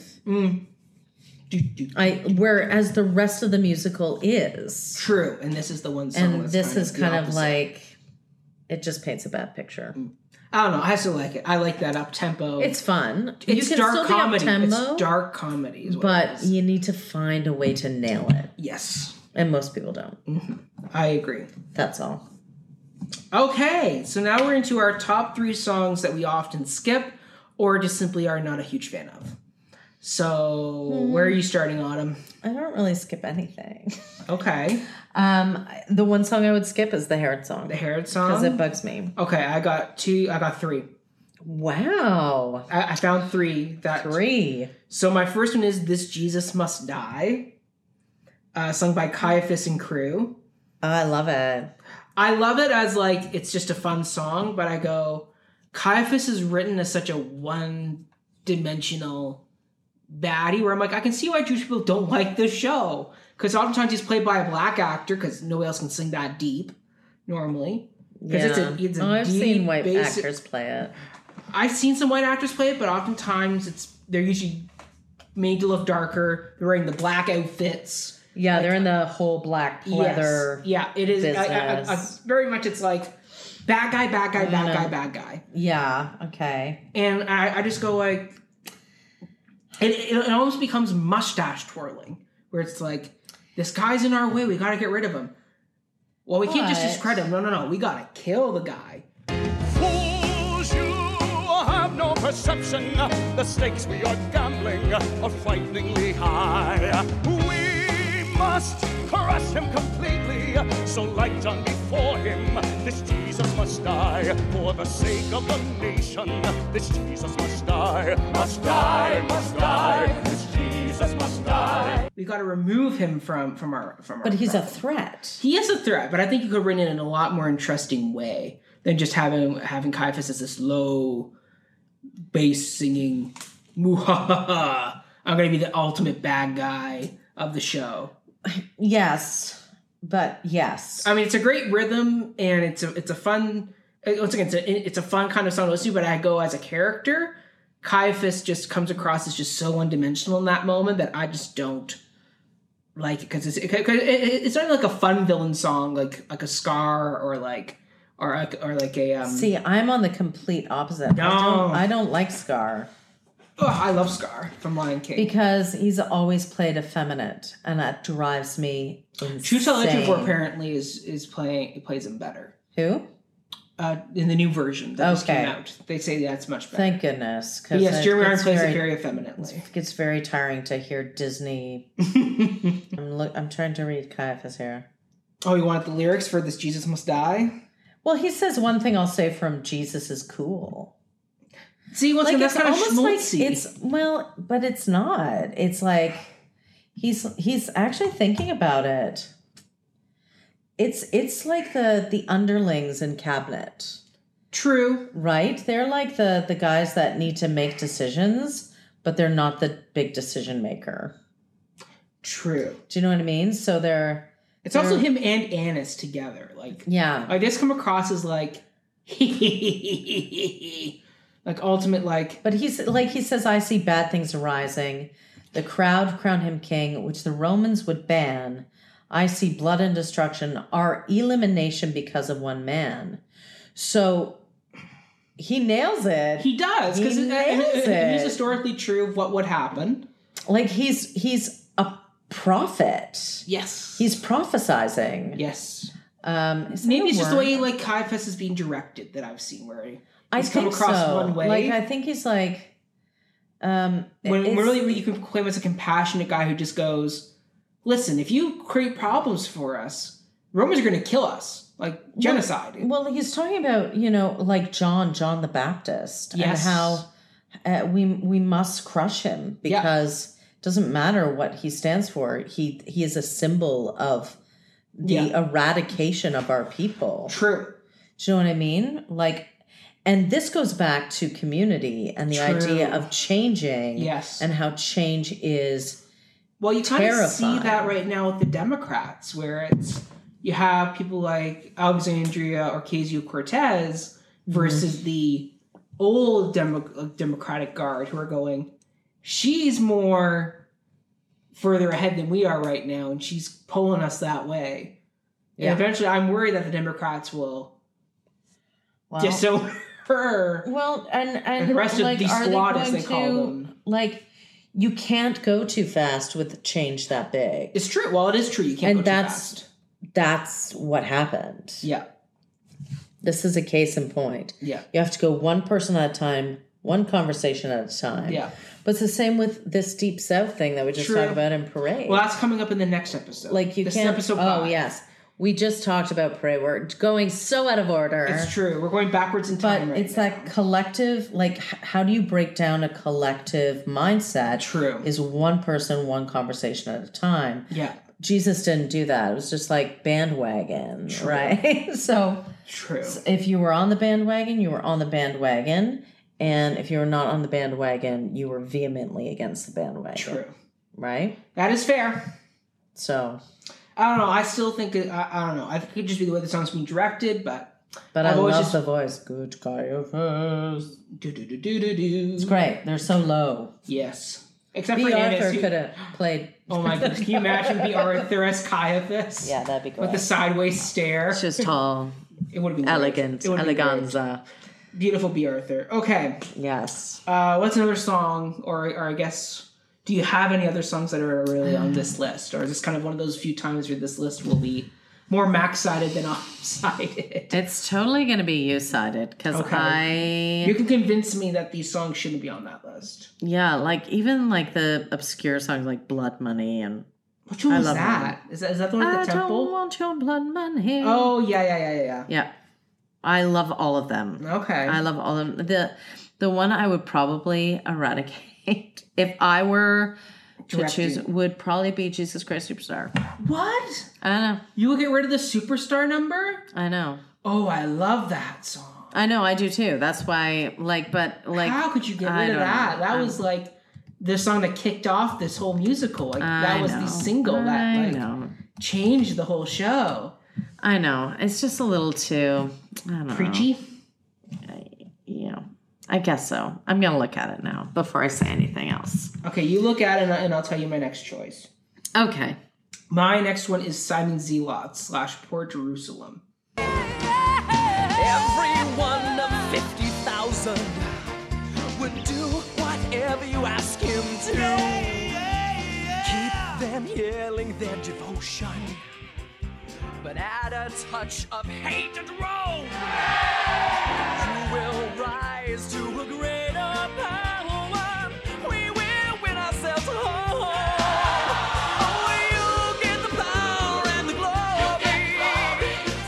Speaker 1: Do, do.
Speaker 2: I whereas the rest of the musical is.
Speaker 1: True, and this is the one song.
Speaker 2: and
Speaker 1: that's
Speaker 2: this is
Speaker 1: the
Speaker 2: kind of
Speaker 1: opposite. Mm.
Speaker 2: like it just paints a bad picture.
Speaker 1: I don't know. I still like it. I like that up tempo.
Speaker 2: It's fun.
Speaker 1: it's
Speaker 2: you can
Speaker 1: dark
Speaker 2: still
Speaker 1: comedy.
Speaker 2: be up tempo,
Speaker 1: it's dark comedy. Is what it
Speaker 2: but
Speaker 1: is.
Speaker 2: you need to find a way to nail it,
Speaker 1: yes,
Speaker 2: and most people don't.
Speaker 1: I agree.
Speaker 2: That's all.
Speaker 1: Okay, so now we're into our top three songs that we often skip or just simply are not a huge fan of. So, where are you starting, Autumn?
Speaker 2: I don't really skip anything.
Speaker 1: Okay,
Speaker 2: Um, the one song I would skip is the Herod song
Speaker 1: the Herod
Speaker 2: because it
Speaker 1: song.
Speaker 2: bugs me.
Speaker 1: Okay, I got two. I got three.
Speaker 2: Wow,
Speaker 1: I, I found three. That
Speaker 2: three.
Speaker 1: So my first one is "This Jesus Must Die," uh, sung by Caiaphas and crew.
Speaker 2: Oh, I love it.
Speaker 1: I love it as like it's just a fun song, but I go Caiaphas is written as such a one-dimensional baddie where I'm like, I can see why Jewish people don't like this show because oftentimes he's played by a black actor because nobody else can sing that deep normally.
Speaker 2: Yeah,
Speaker 1: Because it's a, it's a
Speaker 2: oh, I've
Speaker 1: deep
Speaker 2: seen white
Speaker 1: bass-
Speaker 2: actors play it.
Speaker 1: I've seen some white actors play it, but oftentimes it's they're usually made to look darker. They're wearing the black outfits.
Speaker 2: Yeah, they're in the whole black leather.
Speaker 1: Yes. Yeah, it is. I, I, I,
Speaker 2: business. Mm-hmm.
Speaker 1: very much, it's like bad guy, bad guy, bad guy, bad guy.
Speaker 2: yeah. Okay.
Speaker 1: And I, I just go like, it, it, it almost becomes mustache twirling, where it's like, this guy's in our way. We got to get rid of him. Well, we can't just
Speaker 2: But-
Speaker 1: discredit him. No, no, no. We got to kill the guy.
Speaker 3: Fools, you have no perception. The stakes we are gambling are frighteningly high. We must crush him completely. So, like John before him, this Jesus must die. For the sake of the nation, this Jesus must die. Must die, must die. This Jesus must die.
Speaker 1: We got to remove him from from our from our.
Speaker 2: But he's
Speaker 1: from-
Speaker 2: a threat.
Speaker 1: he is a threat, but I think you could have written it in a lot more interesting way than just having having Caiaphas as this low bass singing. "Muhahaha, I'm gonna be the ultimate bad guy of the show.
Speaker 2: Yes, but yes.
Speaker 1: I mean, it's a great rhythm and it's a it's a fun. uh, Once again, it's a it's a fun kind of song to listen to. But I go as a character, Caiaphas just comes across as just so one dimensional in that moment that I just don't like it because it's it, it- it- it's not like a fun villain song like like a scar or like or like or like a um.
Speaker 2: See, I'm on the complete opposite. I, don't,
Speaker 1: No.
Speaker 2: I don't like Scar
Speaker 1: oh, I love Scar from Lion King.
Speaker 2: because he's always played effeminate, and that drives me insane.
Speaker 1: True Teletrooper apparently is is playing plays him better
Speaker 2: Who?
Speaker 1: uh, in the new version that just came
Speaker 2: Okay.
Speaker 1: out. They say that's much better.
Speaker 2: Thank goodness. Because
Speaker 1: yes, Jeremy Irons plays it
Speaker 2: very,
Speaker 1: very effeminately.
Speaker 2: It's very tiring to hear Disney. I'm look. I'm trying to read Caiaphas here.
Speaker 1: Oh, you want the lyrics for this Jesus must die?
Speaker 2: Well, he says one thing I'll say from Jesus is cool.
Speaker 1: See, once
Speaker 2: like
Speaker 1: again,
Speaker 2: it's
Speaker 1: that's kind of
Speaker 2: almost like
Speaker 1: schmaltzy.
Speaker 2: it's well, but it's not. It's like he's he's actually thinking about it. It's it's like the the underlings in cabinet,
Speaker 1: true.
Speaker 2: right? They're like the the guys that need to make decisions, but they're not the big decision maker.
Speaker 1: True.
Speaker 2: Do you know what I mean? So they're
Speaker 1: It's also him and Annis together. Like
Speaker 2: yeah.
Speaker 1: I just come across as like like ultimate like
Speaker 2: But he's like he says, I see bad things arising. The crowd crown him king, which the Romans would ban. I see blood and destruction, our elimination because of one man. So he nails it.
Speaker 1: he does because
Speaker 2: He
Speaker 1: it, uh, it- it- it is
Speaker 2: nails it.
Speaker 1: historically true of what would happen.
Speaker 2: like he's he's a prophet.
Speaker 1: Yes.
Speaker 2: He's prophesizing.
Speaker 1: yes.
Speaker 2: Um, is that
Speaker 1: Maybe
Speaker 2: a
Speaker 1: it's just the
Speaker 2: word?
Speaker 1: way like Caiaphas is being directed that I've seen where he,
Speaker 2: I
Speaker 1: it's come
Speaker 2: think
Speaker 1: across
Speaker 2: so.
Speaker 1: one way.
Speaker 2: Like I think he's like um
Speaker 1: when
Speaker 2: it's-
Speaker 1: really you can claim as a compassionate guy who just goes, listen, if you create problems for us, Romans are going to kill us, like genocide.
Speaker 2: Well, he's talking about you know like John, John the Baptist,
Speaker 1: Yes.
Speaker 2: and how uh, we we must crush him
Speaker 1: Yeah.
Speaker 2: because it doesn't matter what he stands for. He he is a symbol of the
Speaker 1: Yeah.
Speaker 2: eradication of our people.
Speaker 1: True.
Speaker 2: Do you know what I mean? Like, and this goes back to community and the
Speaker 1: True.
Speaker 2: idea of changing.
Speaker 1: Yes.
Speaker 2: and how change is
Speaker 1: Well, you kind of see
Speaker 2: Terrifying.
Speaker 1: that right now with the Democrats, where it's you have people like Alexandria Ocasio Cortez versus
Speaker 2: Mm-hmm.
Speaker 1: the old Demo- uh, Democratic guard who are going, she's more further ahead than we are right now, and she's pulling us that way.
Speaker 2: Yeah.
Speaker 1: And eventually, I'm worried that the Democrats will
Speaker 2: Wow.
Speaker 1: disown her
Speaker 2: Well, and and,
Speaker 1: and the rest
Speaker 2: like,
Speaker 1: of these
Speaker 2: are
Speaker 1: squad, as
Speaker 2: they
Speaker 1: they
Speaker 2: going
Speaker 1: call
Speaker 2: to
Speaker 1: them.
Speaker 2: like you can't go too fast with a change that big,
Speaker 1: It's true. Well, it is true. You can't
Speaker 2: and
Speaker 1: go too
Speaker 2: that's
Speaker 1: fast.
Speaker 2: that's what happened.
Speaker 1: Yeah,
Speaker 2: This is a case in point.
Speaker 1: yeah,
Speaker 2: You have to go one person at a time, one conversation at a time.
Speaker 1: yeah.
Speaker 2: But it's the same with this deep south thing that we just
Speaker 1: True.
Speaker 2: talked about in parade.
Speaker 1: Well, that's coming up in the next episode.
Speaker 2: like you
Speaker 1: this
Speaker 2: can't.
Speaker 1: Is episode
Speaker 2: oh
Speaker 1: five.
Speaker 2: yes, we just talked about parade. We're going so out of order.
Speaker 1: it's true. We're going backwards in
Speaker 2: But
Speaker 1: time. right
Speaker 2: it's
Speaker 1: now.
Speaker 2: that collective, like, h- how do you break down a collective mindset?
Speaker 1: True.
Speaker 2: Is one person, one conversation at a time.
Speaker 1: yeah,
Speaker 2: Jesus didn't do that. It was just like bandwagon, right? so
Speaker 1: true.
Speaker 2: if you were on the bandwagon, you were on the bandwagon. And if you were not on the bandwagon, you were vehemently against the bandwagon,
Speaker 1: True.
Speaker 2: right?
Speaker 1: That is fair.
Speaker 2: So,
Speaker 1: I don't know. I still think it, I, I don't know. I think it could just be the way the song's being directed, but
Speaker 2: but
Speaker 1: I've
Speaker 2: I
Speaker 1: always
Speaker 2: love
Speaker 1: just-
Speaker 2: the voice. Good guy of hers.
Speaker 1: do do do do do do.
Speaker 2: It's great. They're so low.
Speaker 1: Yes. Except
Speaker 2: B.
Speaker 1: for Annis.
Speaker 2: Arthur
Speaker 1: who-
Speaker 2: could have played.
Speaker 1: Oh my goodness! Can you imagine the Arthur as Caiaphas?
Speaker 2: Yeah, that'd be great.
Speaker 1: With the sideways stare,
Speaker 2: She was tall,
Speaker 1: it would have been great.
Speaker 2: elegant,
Speaker 1: It would've been great.
Speaker 2: eleganza.
Speaker 1: Beautiful, B. Arthur. Okay.
Speaker 2: Yes.
Speaker 1: Uh, what's another song, or or I guess, do you have any other songs that are really on this list, or is this kind of one of those few times where this list will be more max sided than off sided?
Speaker 2: It's totally going to be you sided because I,
Speaker 1: You can convince me that these songs shouldn't be on that list.
Speaker 2: yeah, like even like the obscure songs like Blood Money and
Speaker 1: Which one
Speaker 2: I
Speaker 1: was
Speaker 2: love
Speaker 1: that? Is that is that the one
Speaker 2: I
Speaker 1: at the
Speaker 2: don't
Speaker 1: temple?
Speaker 2: want your blood money.
Speaker 1: Oh yeah yeah yeah yeah
Speaker 2: yeah, I love all of them.
Speaker 1: yeah. Okay.
Speaker 2: I love all of them. the the one I would probably eradicate if I were to
Speaker 1: Direct
Speaker 2: choose
Speaker 1: you.
Speaker 2: would probably be Jesus Christ Superstar.
Speaker 1: What?
Speaker 2: I know,
Speaker 1: You will get rid of the superstar number?
Speaker 2: I know,
Speaker 1: Oh, I love that song.
Speaker 2: I know. I do too. That's why, like, but like,
Speaker 1: How could you get
Speaker 2: I
Speaker 1: rid of
Speaker 2: don't
Speaker 1: that?
Speaker 2: know.
Speaker 1: That
Speaker 2: I'm-
Speaker 1: was like the song that kicked off this whole musical. Like that
Speaker 2: I
Speaker 1: was
Speaker 2: know.
Speaker 1: the single that
Speaker 2: I
Speaker 1: like
Speaker 2: know.
Speaker 1: changed the whole show.
Speaker 2: I know. It's just a little too I don't know.
Speaker 1: Preachy.
Speaker 2: You know. I guess so. I'm gonna look at it now before I say anything else.
Speaker 1: Okay, you look at it and, I, and I'll tell you my next choice.
Speaker 2: Okay.
Speaker 1: My next one is Simon Zelot slash Poor Jerusalem.
Speaker 3: Every one of 50,000 would do whatever you ask him to. Keep them yelling their devotion. But add a touch of hate and Rome, you will rise to a greater power. We will win ourselves home. Oh, you get the power and the glory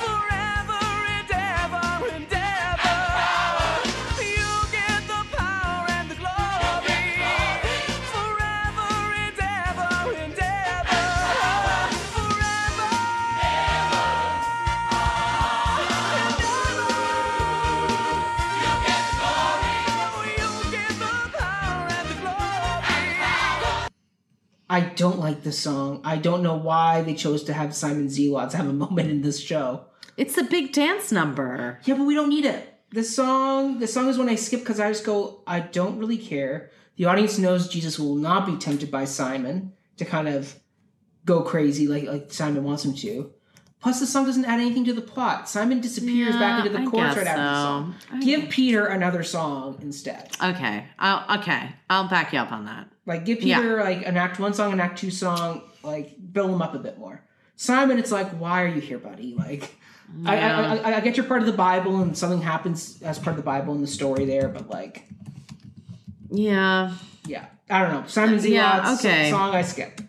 Speaker 3: forever and ever and ever. You get the power and the glory forever and ever and ever. Forever and ever. You get the power and the glory.
Speaker 1: I don't like this song. I don't know why they chose to have Simon Zelot to have a moment in this show.
Speaker 2: It's a big dance number.
Speaker 1: Yeah, but we don't need it. The song, the song is when I skip because I just go, I don't really care. The audience knows Jesus will not be tempted by Simon to kind of go crazy like like Simon wants him to. Plus, the song doesn't add anything to the plot. Simon disappears
Speaker 2: Yeah,
Speaker 1: back into the
Speaker 2: I
Speaker 1: chorus
Speaker 2: guess
Speaker 1: right after the song.
Speaker 2: so. I
Speaker 1: Give Peter another song instead.
Speaker 2: Okay. I'll okay. I'll back you up on that.
Speaker 1: Like give
Speaker 2: Yeah.
Speaker 1: Peter like an act one song, an act two song, like build him up a bit more. Simon, it's like, why are you here, buddy? Like I I, I I get you're part of the Bible and something happens as part of the Bible in the story there, but like
Speaker 2: Yeah.
Speaker 1: yeah. I don't know. Simon Zelot's
Speaker 2: Yeah, okay.
Speaker 1: song I skip.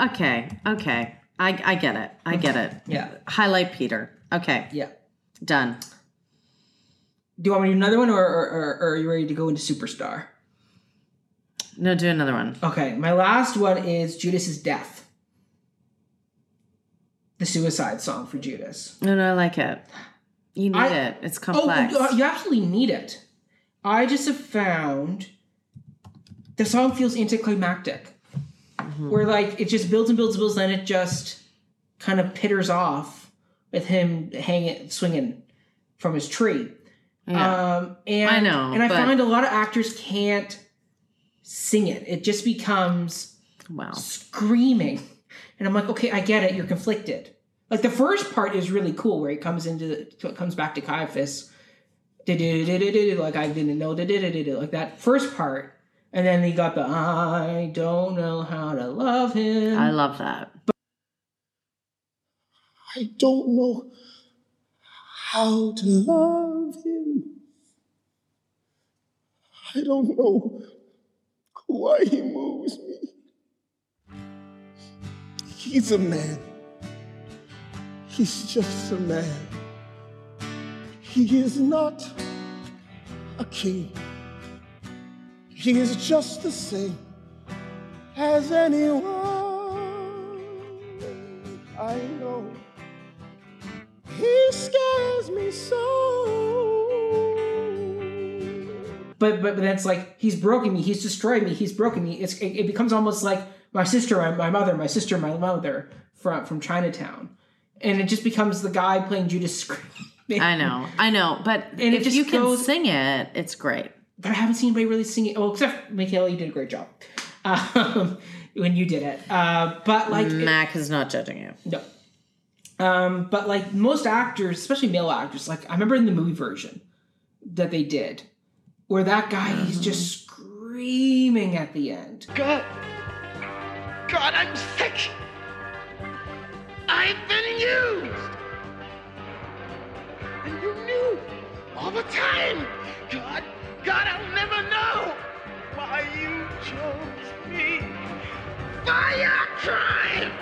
Speaker 2: Okay. Okay. I, I get it. I get it.
Speaker 1: Yeah.
Speaker 2: Highlight Peter. Okay.
Speaker 1: Yeah.
Speaker 2: Done.
Speaker 1: Do you want me to do another one or, or, or, or are you ready to go into Superstar?
Speaker 2: No, do another one.
Speaker 1: Okay, my last one is Judas's death. The suicide song for Judas.
Speaker 2: No, no, I like it. You need
Speaker 1: I-
Speaker 2: it. It's
Speaker 1: Oh,
Speaker 2: complex.
Speaker 1: you you absolutely need it. I just have found the song feels anticlimactic.
Speaker 2: Mm-hmm.
Speaker 1: Where like it just builds and builds and builds, then it just kind of pitters off with him hanging swinging from his tree.
Speaker 2: uh,
Speaker 1: Um, and
Speaker 2: I know,
Speaker 1: and I
Speaker 2: but-
Speaker 1: find a lot of actors can't sing it. It just becomes
Speaker 2: Wow.
Speaker 1: screaming. And I'm like, okay, I get it. You're conflicted. Like the first part is really cool where it comes into the, it comes back to Caiaphas. Du-du-du-du-du-du, Like I didn't know. du-du-du-du-du, Like that first part. And then he got the I don't know how to love him.
Speaker 2: I love that.
Speaker 6: I don't know how to love him. I don't know why he moves me. He's a man. He's just a man. He is not a king. He is just the same as anyone I know. He scares me so.
Speaker 1: but, but but that's like he's broken me. He's destroyed me. He's broken me. It's it, it becomes almost like my sister, my, my mother, my sister, my mother from from Chinatown, and it just becomes the guy playing Judas screaming.
Speaker 2: I know. I know. But
Speaker 1: it
Speaker 2: if
Speaker 1: just
Speaker 2: you can
Speaker 1: goes-
Speaker 2: sing it, it's great.
Speaker 1: but I haven't seen anybody really sing it. Well, except Michaela, you did a great job um, when you did it. Uh, but like, it-
Speaker 2: Mac is not judging you.
Speaker 1: no. Um, but like most actors, especially male actors, like I remember in the movie version that they did, where that guy
Speaker 2: Mm-hmm.
Speaker 1: he's just screaming at the end.
Speaker 3: God. God, I'm sick. I've been used. And you knew all the time. God, God, I'll never know why you chose me. By your crime.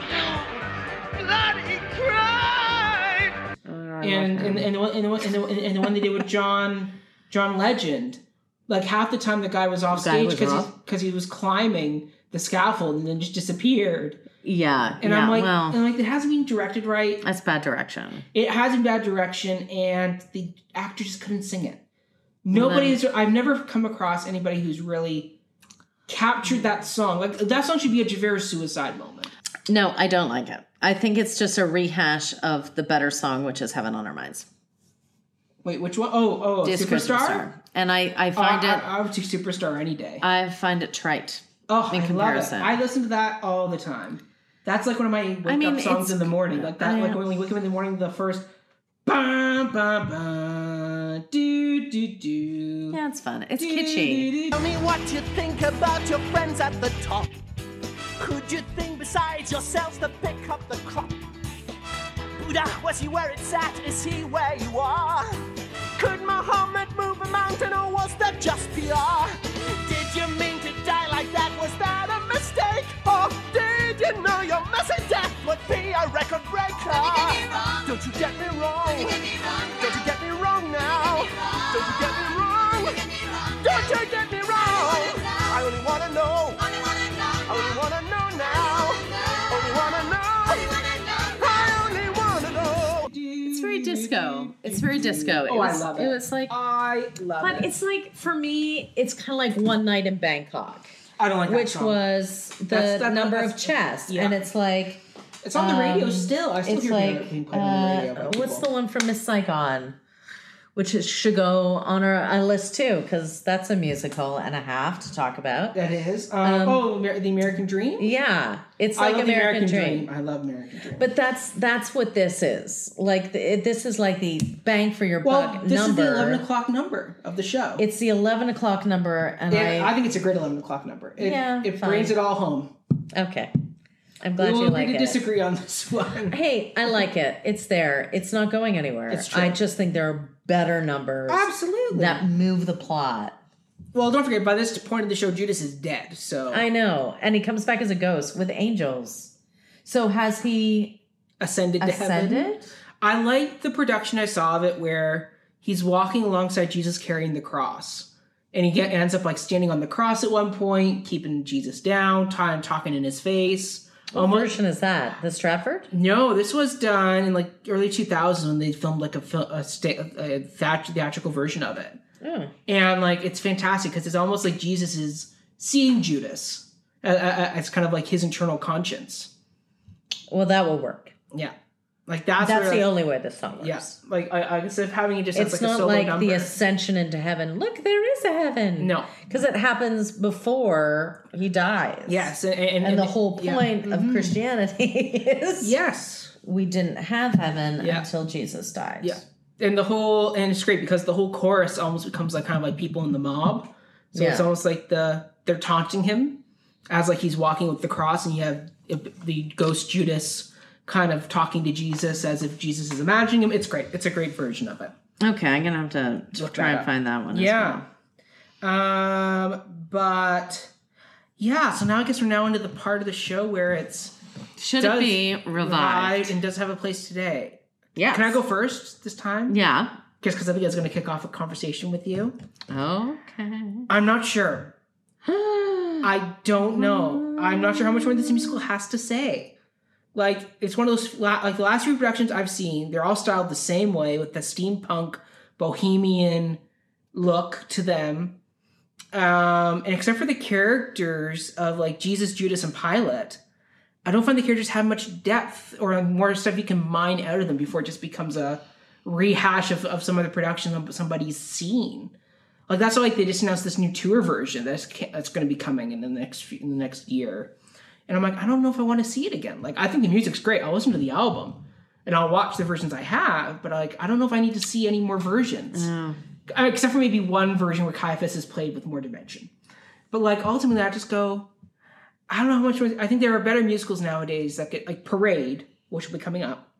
Speaker 3: Your bloody crime.
Speaker 1: and and and the one and the one and the, one- and the one they did with John John Legend, like half the time the guy was off
Speaker 2: The guy
Speaker 1: stage
Speaker 2: was
Speaker 1: because
Speaker 2: off?
Speaker 1: because he was climbing the scaffold and then just disappeared.
Speaker 2: Yeah.
Speaker 1: And
Speaker 2: yeah.
Speaker 1: I'm like,
Speaker 2: well,
Speaker 1: and I'm like, it hasn't been directed right.
Speaker 2: that's bad direction.
Speaker 1: It has in bad direction, and the actor just couldn't sing it. Nobody's. I've never come across anybody who's really captured that song. Like that song should be a Javert suicide moment.
Speaker 2: No, I don't like it. I think it's just a rehash of the better song, which is Heaven on Our Minds.
Speaker 1: Wait, which one? Oh, oh,
Speaker 2: It's Christmas
Speaker 1: superstar. Oh, Uh,
Speaker 2: Star. And I, I
Speaker 1: I,
Speaker 2: find it
Speaker 1: I, I would take superstar any day.
Speaker 2: I find it trite.
Speaker 1: Oh,
Speaker 2: in
Speaker 1: I
Speaker 2: comparison.
Speaker 1: love it. I listen to that all the time. That's like one of my wake
Speaker 2: I mean,
Speaker 1: up songs
Speaker 2: it's-
Speaker 1: in the morning. Like that,
Speaker 2: I
Speaker 1: like
Speaker 2: know.
Speaker 1: when we wake up in the morning, the first bum bum bum do do do.
Speaker 2: Yeah, it's fun. It's
Speaker 1: do,
Speaker 2: kitschy.
Speaker 1: do, do.
Speaker 3: Tell me what you think about your friends at the top. Could you think besides yourselves to pick up the crop? Buddha, was he where it's at? Is he where you are? Could Muhammad move a mountain or was that just PR? Did you mean to die like that? Was that a mistake? Or did you know your message death would be a record breaker? Don't you get me wrong. Don't you get me wrong now. Don't you get me wrong. Don't you get me wrong. I only wanna know. I only wanna know now. Only wanna know. I only wanna know.
Speaker 2: It's very disco. It's very disco.
Speaker 1: Oh, I love it.
Speaker 2: It was like,
Speaker 1: I love
Speaker 2: but
Speaker 1: it.
Speaker 2: it's like for me, it's kind of like one night in Bangkok,
Speaker 1: I don't like that
Speaker 2: which
Speaker 1: song.
Speaker 2: was the
Speaker 1: That's- that-
Speaker 2: number of
Speaker 1: that's-
Speaker 2: chess,
Speaker 1: yeah.
Speaker 2: and it's like
Speaker 1: it's on the radio
Speaker 2: um,
Speaker 1: still. I still
Speaker 2: it's
Speaker 1: hear
Speaker 2: like
Speaker 1: being played on the radio.
Speaker 2: uh,
Speaker 1: by
Speaker 2: what's the
Speaker 1: people.
Speaker 2: one from Miss Saigon, which is, should go on our, our list too because that's a musical and a half to talk about.
Speaker 1: that is? Um,
Speaker 2: Um,
Speaker 1: oh, Amer- the American Dream.
Speaker 2: Yeah, it's
Speaker 1: I
Speaker 2: like
Speaker 1: love
Speaker 2: American,
Speaker 1: the American
Speaker 2: Dream.
Speaker 1: I love American Dream.
Speaker 2: But that's that's what this is. Like the, it, this is like the bang for your
Speaker 1: well,
Speaker 2: buck
Speaker 1: this
Speaker 2: number.
Speaker 1: is the eleven o'clock number of the show.
Speaker 2: It's the eleven o'clock number, and
Speaker 1: And I
Speaker 2: I,
Speaker 1: think it's a great 11 o'clock number. It,
Speaker 2: Yeah,
Speaker 1: it
Speaker 2: fine.
Speaker 1: brings it all home.
Speaker 2: okay. I'm glad
Speaker 1: we'll
Speaker 2: you
Speaker 1: agree
Speaker 2: like
Speaker 1: to
Speaker 2: it.
Speaker 1: disagree on this one.
Speaker 2: Hey, I like it. It's there. It's not going anywhere.
Speaker 1: It's true.
Speaker 2: I just think there are better numbers
Speaker 1: Absolutely.
Speaker 2: that move the plot.
Speaker 1: well, don't forget, by this point in the show, Judas is dead. So
Speaker 2: I know, and he comes back as a ghost with angels. So has he
Speaker 1: ascended to heaven.
Speaker 2: ascended?
Speaker 1: I like the production I saw of it where he's walking alongside Jesus carrying the cross. And he get, ends up like standing on the cross at one point, keeping Jesus down, time talking in his face.
Speaker 2: What version is that? The Stratford?
Speaker 1: No, this was done in like early 2000s when they filmed like a, fil- a, sta- a theat- theatrical version of it.
Speaker 2: Oh.
Speaker 1: And like it's fantastic because it's almost like Jesus is seeing Judas uh, uh, as kind of like his internal conscience.
Speaker 7: Well, that will work.
Speaker 1: Yeah, like that's
Speaker 7: That's
Speaker 1: where,
Speaker 7: the
Speaker 1: like,
Speaker 7: only way this song works.
Speaker 1: yeah. Like I, I guess if having it just as
Speaker 7: It's
Speaker 1: like a
Speaker 7: not
Speaker 1: solo
Speaker 7: like
Speaker 1: number.
Speaker 7: the ascension into heaven. Look, there is a heaven.
Speaker 1: No.
Speaker 7: Because it happens before he dies.
Speaker 1: yes, and, and,
Speaker 7: And, the whole
Speaker 1: yeah. Mm-hmm.
Speaker 7: point of Christianity is
Speaker 1: Yes.
Speaker 7: we didn't have heaven
Speaker 1: Yeah.
Speaker 7: until Jesus died.
Speaker 1: Yeah. And the whole and it's great because the whole chorus almost becomes like kind of like people in the mob. So it's
Speaker 7: Yeah.
Speaker 1: almost like the they're taunting him as like he's walking with the cross and you have the ghost Judas kind of talking to Jesus as if Jesus is imagining him. It's great. It's a great version of it.
Speaker 8: Okay, I'm gonna have to
Speaker 1: Look
Speaker 8: try
Speaker 1: that
Speaker 8: and
Speaker 1: up.
Speaker 8: find that one. as
Speaker 1: Yeah. Um but yeah, so now I guess we're now into the part of the show where it's
Speaker 8: well. Should
Speaker 1: Does
Speaker 8: it be revived?
Speaker 1: revived and does have a place today.
Speaker 8: Yes.
Speaker 1: Can I go first this time?
Speaker 8: Yeah.
Speaker 1: Just because I think it's going to kick off a conversation with you.
Speaker 8: Okay.
Speaker 1: I'm not sure. I don't know. I'm not sure how much more this musical has to say. Like it's one of those la- like the last few productions I've seen, they're all styled the same way with the steampunk bohemian look to them. Um, and except for the characters of like Jesus, Judas, and Pilate, I don't find the characters have much depth or more stuff you can mine out of them before it just becomes a rehash of, of some other production of somebody's seen. Like that's why like they just announced this new tour version that's ca- that's going to be coming in the next few, in the next year, and I'm like I don't know if I want to see it again. Like I think the music's great. I'll listen to the album, and I'll watch the versions I have. But like I don't know if I need to see any more versions, Uh, except for maybe one version where Caiaphas is played with more dimension. But like ultimately, I just go, I don't know how much. more- I think there are better musicals nowadays that get like Parade, which will be coming up.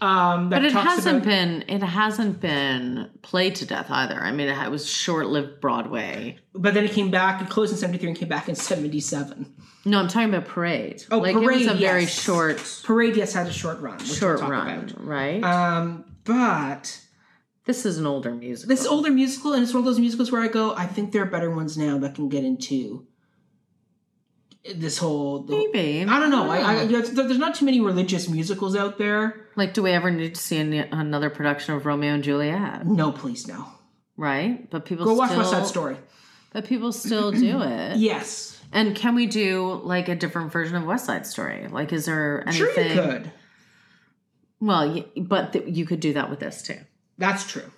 Speaker 1: Um, that
Speaker 8: But it
Speaker 1: talks
Speaker 8: hasn't
Speaker 1: about-
Speaker 8: been. It hasn't been played to death either. I mean, it was short-lived Broadway.
Speaker 1: But then it came back. It closed in '73 and came back in '77.
Speaker 8: No, I'm talking about Parade.
Speaker 1: Oh,
Speaker 8: like it was
Speaker 1: Parade,
Speaker 8: a very
Speaker 1: yes.
Speaker 8: short,
Speaker 1: Parade, yes, had a short run. Which
Speaker 8: short
Speaker 1: we'll talk
Speaker 8: run, right?
Speaker 1: About. Um, but
Speaker 8: this is an older musical.
Speaker 1: this older musical, and it's one of those musicals where I go, I think there are better ones now that can get into this whole. the-
Speaker 8: maybe.
Speaker 1: I don't know. I, I, there's there's not too many religious musicals out there.
Speaker 8: Like, do we ever need to see any, another production of Romeo and Juliet?
Speaker 1: No, please, no.
Speaker 8: Right? But people
Speaker 1: Go
Speaker 8: still, uh,
Speaker 1: watch West Side Story.
Speaker 8: But people still do it.
Speaker 1: Yes,
Speaker 8: And can we do like a different version of West Side Story? Like, is there anything?
Speaker 1: sure you could.
Speaker 8: Well, y- but th- you could do that with this too.
Speaker 1: That's true.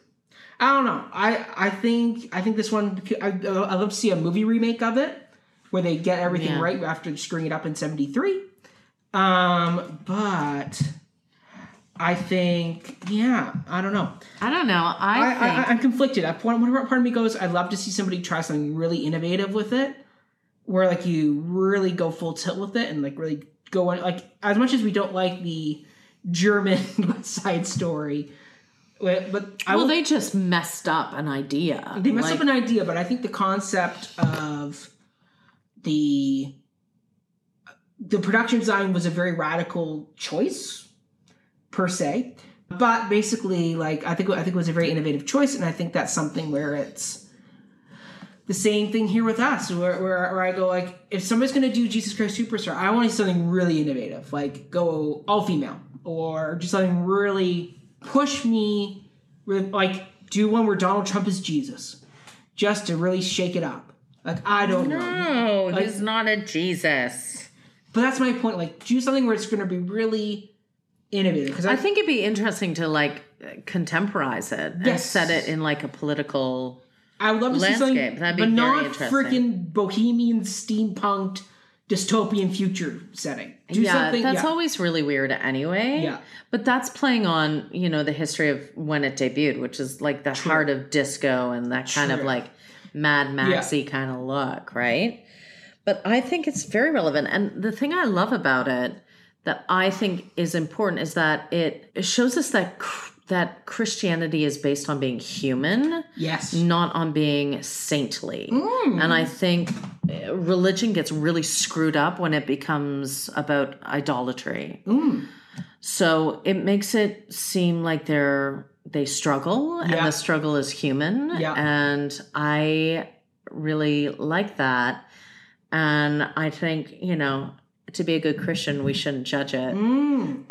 Speaker 1: I don't know. I I think I think this one. I I love to see a movie remake of it where they get everything
Speaker 8: Yeah.
Speaker 1: right after screwing it up in '73. Um, but I think yeah. I don't know.
Speaker 8: I don't know. I,
Speaker 1: I, I,
Speaker 8: think
Speaker 1: I am conflicted. I, one, one part of me goes, I'd love to see somebody try something really innovative with it, where like you really go full tilt with it and like really go on. Like as much as we don't like the German West Side Story, but, but I
Speaker 8: well,
Speaker 1: will,
Speaker 8: they just messed up an idea.
Speaker 1: they messed
Speaker 8: Like,
Speaker 1: up an idea. But I think the concept of the the production design was a very radical choice per se but basically like i think i think it was a very innovative choice and i think that's something where it's the same thing here with us where, where, where i go like if somebody's going to do jesus christ superstar i want to see something really innovative like go all female or do something really push me with- like do one where donald trump is jesus just to really shake it up like i don't know
Speaker 8: No, he's not a Jesus.
Speaker 1: but that's my point. Like, do something where it's going to be really innovative. Because I,
Speaker 8: I think it'd be interesting to like contemporize it and
Speaker 1: Yes.
Speaker 8: set it in like a political.
Speaker 1: I would love to see
Speaker 8: Landscape,
Speaker 1: something,
Speaker 8: that'd be
Speaker 1: but
Speaker 8: very
Speaker 1: not
Speaker 8: interesting.
Speaker 1: freaking bohemian steampunked dystopian future setting. Do
Speaker 8: yeah,
Speaker 1: something.
Speaker 8: that's
Speaker 1: yeah.
Speaker 8: always really weird anyway.
Speaker 1: Yeah.
Speaker 8: But that's playing on, you know, the history of when it debuted, which is like the heart of disco and that kind of
Speaker 1: True.
Speaker 8: like Mad Maxy kind of look, right? But I think it's very relevant. And the thing I love about it that I think is important is that it it shows us that cr- that Christianity is based on being human
Speaker 1: yes. Mm.
Speaker 8: not on being saintly. Mm. And I think uh, religion gets really screwed up when it becomes about idolatry.
Speaker 1: Mm.
Speaker 8: So it makes it seem like they're they struggle and
Speaker 1: Yeah.
Speaker 8: the struggle is human.
Speaker 1: Yeah.
Speaker 8: And I really like that. And I think, you know, to be a good Christian, we shouldn't judge it.
Speaker 1: Mm,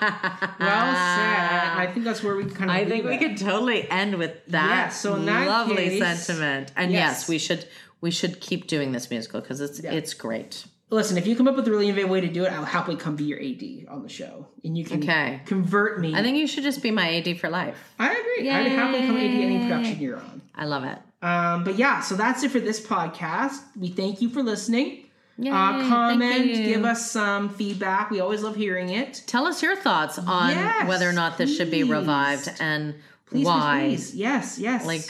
Speaker 1: well said. I think that's where we kind of.
Speaker 8: Ah. I
Speaker 1: leave
Speaker 8: think we
Speaker 1: it.
Speaker 8: could totally end with that
Speaker 1: Yeah, so in that
Speaker 8: lovely
Speaker 1: case-
Speaker 8: sentiment. And yes.
Speaker 1: Yes.
Speaker 8: we should we should keep doing this musical because it's it's great.
Speaker 1: Listen, if you come up with a really innovative way to do it, I'll happily come be your AD on the show, and you can
Speaker 8: Okay.
Speaker 1: convert me.
Speaker 8: I think you should just be my AD for life.
Speaker 1: I agree. I'd happily come AD any production you're on.
Speaker 8: I love it.
Speaker 1: Um, but yeah, so that's it for this podcast. We thank you for listening.
Speaker 8: Yay,
Speaker 1: uh,
Speaker 8: thank
Speaker 1: comment,
Speaker 8: you.
Speaker 1: give us some feedback. We always love hearing it.
Speaker 8: Tell us your thoughts on
Speaker 1: Yes,
Speaker 8: whether or not this should be
Speaker 1: please.
Speaker 8: revived and
Speaker 1: Please,
Speaker 8: why.
Speaker 1: Please, please. Yes, yes.
Speaker 8: Like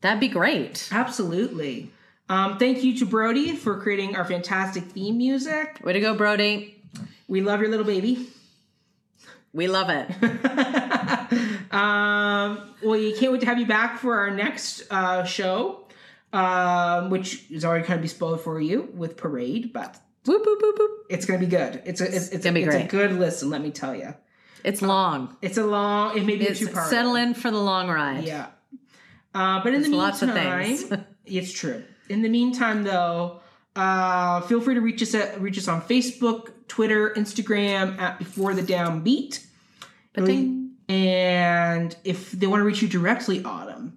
Speaker 8: that'd be great.
Speaker 1: absolutely. Um, thank you to Brody for creating our fantastic theme music.
Speaker 8: Way to go, Brody.
Speaker 1: We love your little baby.
Speaker 8: We love it.
Speaker 1: um, we can't wait to have you back for our next uh, show, um, which is already going to be spoiled for you with Parade, but
Speaker 8: Whoop, whoop, whoop, whoop.
Speaker 1: it's going to be good. It's a it's, it's, a,
Speaker 8: gonna be
Speaker 1: it's a
Speaker 8: great.
Speaker 1: good listen. Let me tell you,
Speaker 8: It's long.
Speaker 1: Oh, it's a long. It may be
Speaker 8: It's
Speaker 1: a two part.
Speaker 8: settle in for the long ride.
Speaker 1: Yeah. Uh, but in the
Speaker 8: There's lots of
Speaker 1: meantime,
Speaker 8: things.
Speaker 1: it's true. In the meantime, though, uh, feel free to reach us at reach us on Facebook, Twitter, Instagram at Before the Downbeat.
Speaker 8: Ba-ding.
Speaker 1: And if they want to reach you directly, Autumn,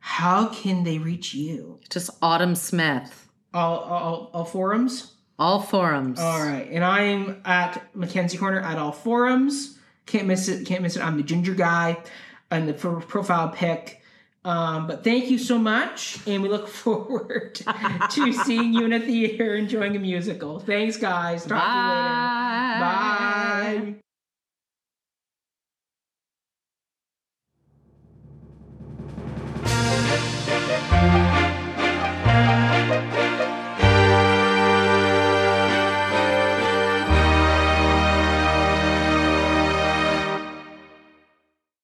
Speaker 1: how can they reach you?
Speaker 8: Just Autumn Smith.
Speaker 1: All all, all forums.
Speaker 8: All forums.
Speaker 1: All right, and I'm at Mackenzie Corner at all forums. Can't miss it. Can't miss it. I'm the ginger guy, and the pro- profile pic. Um, but thank you so much, and we look forward to seeing you in a theater enjoying a musical. Thanks, guys. Talk to you later. Bye.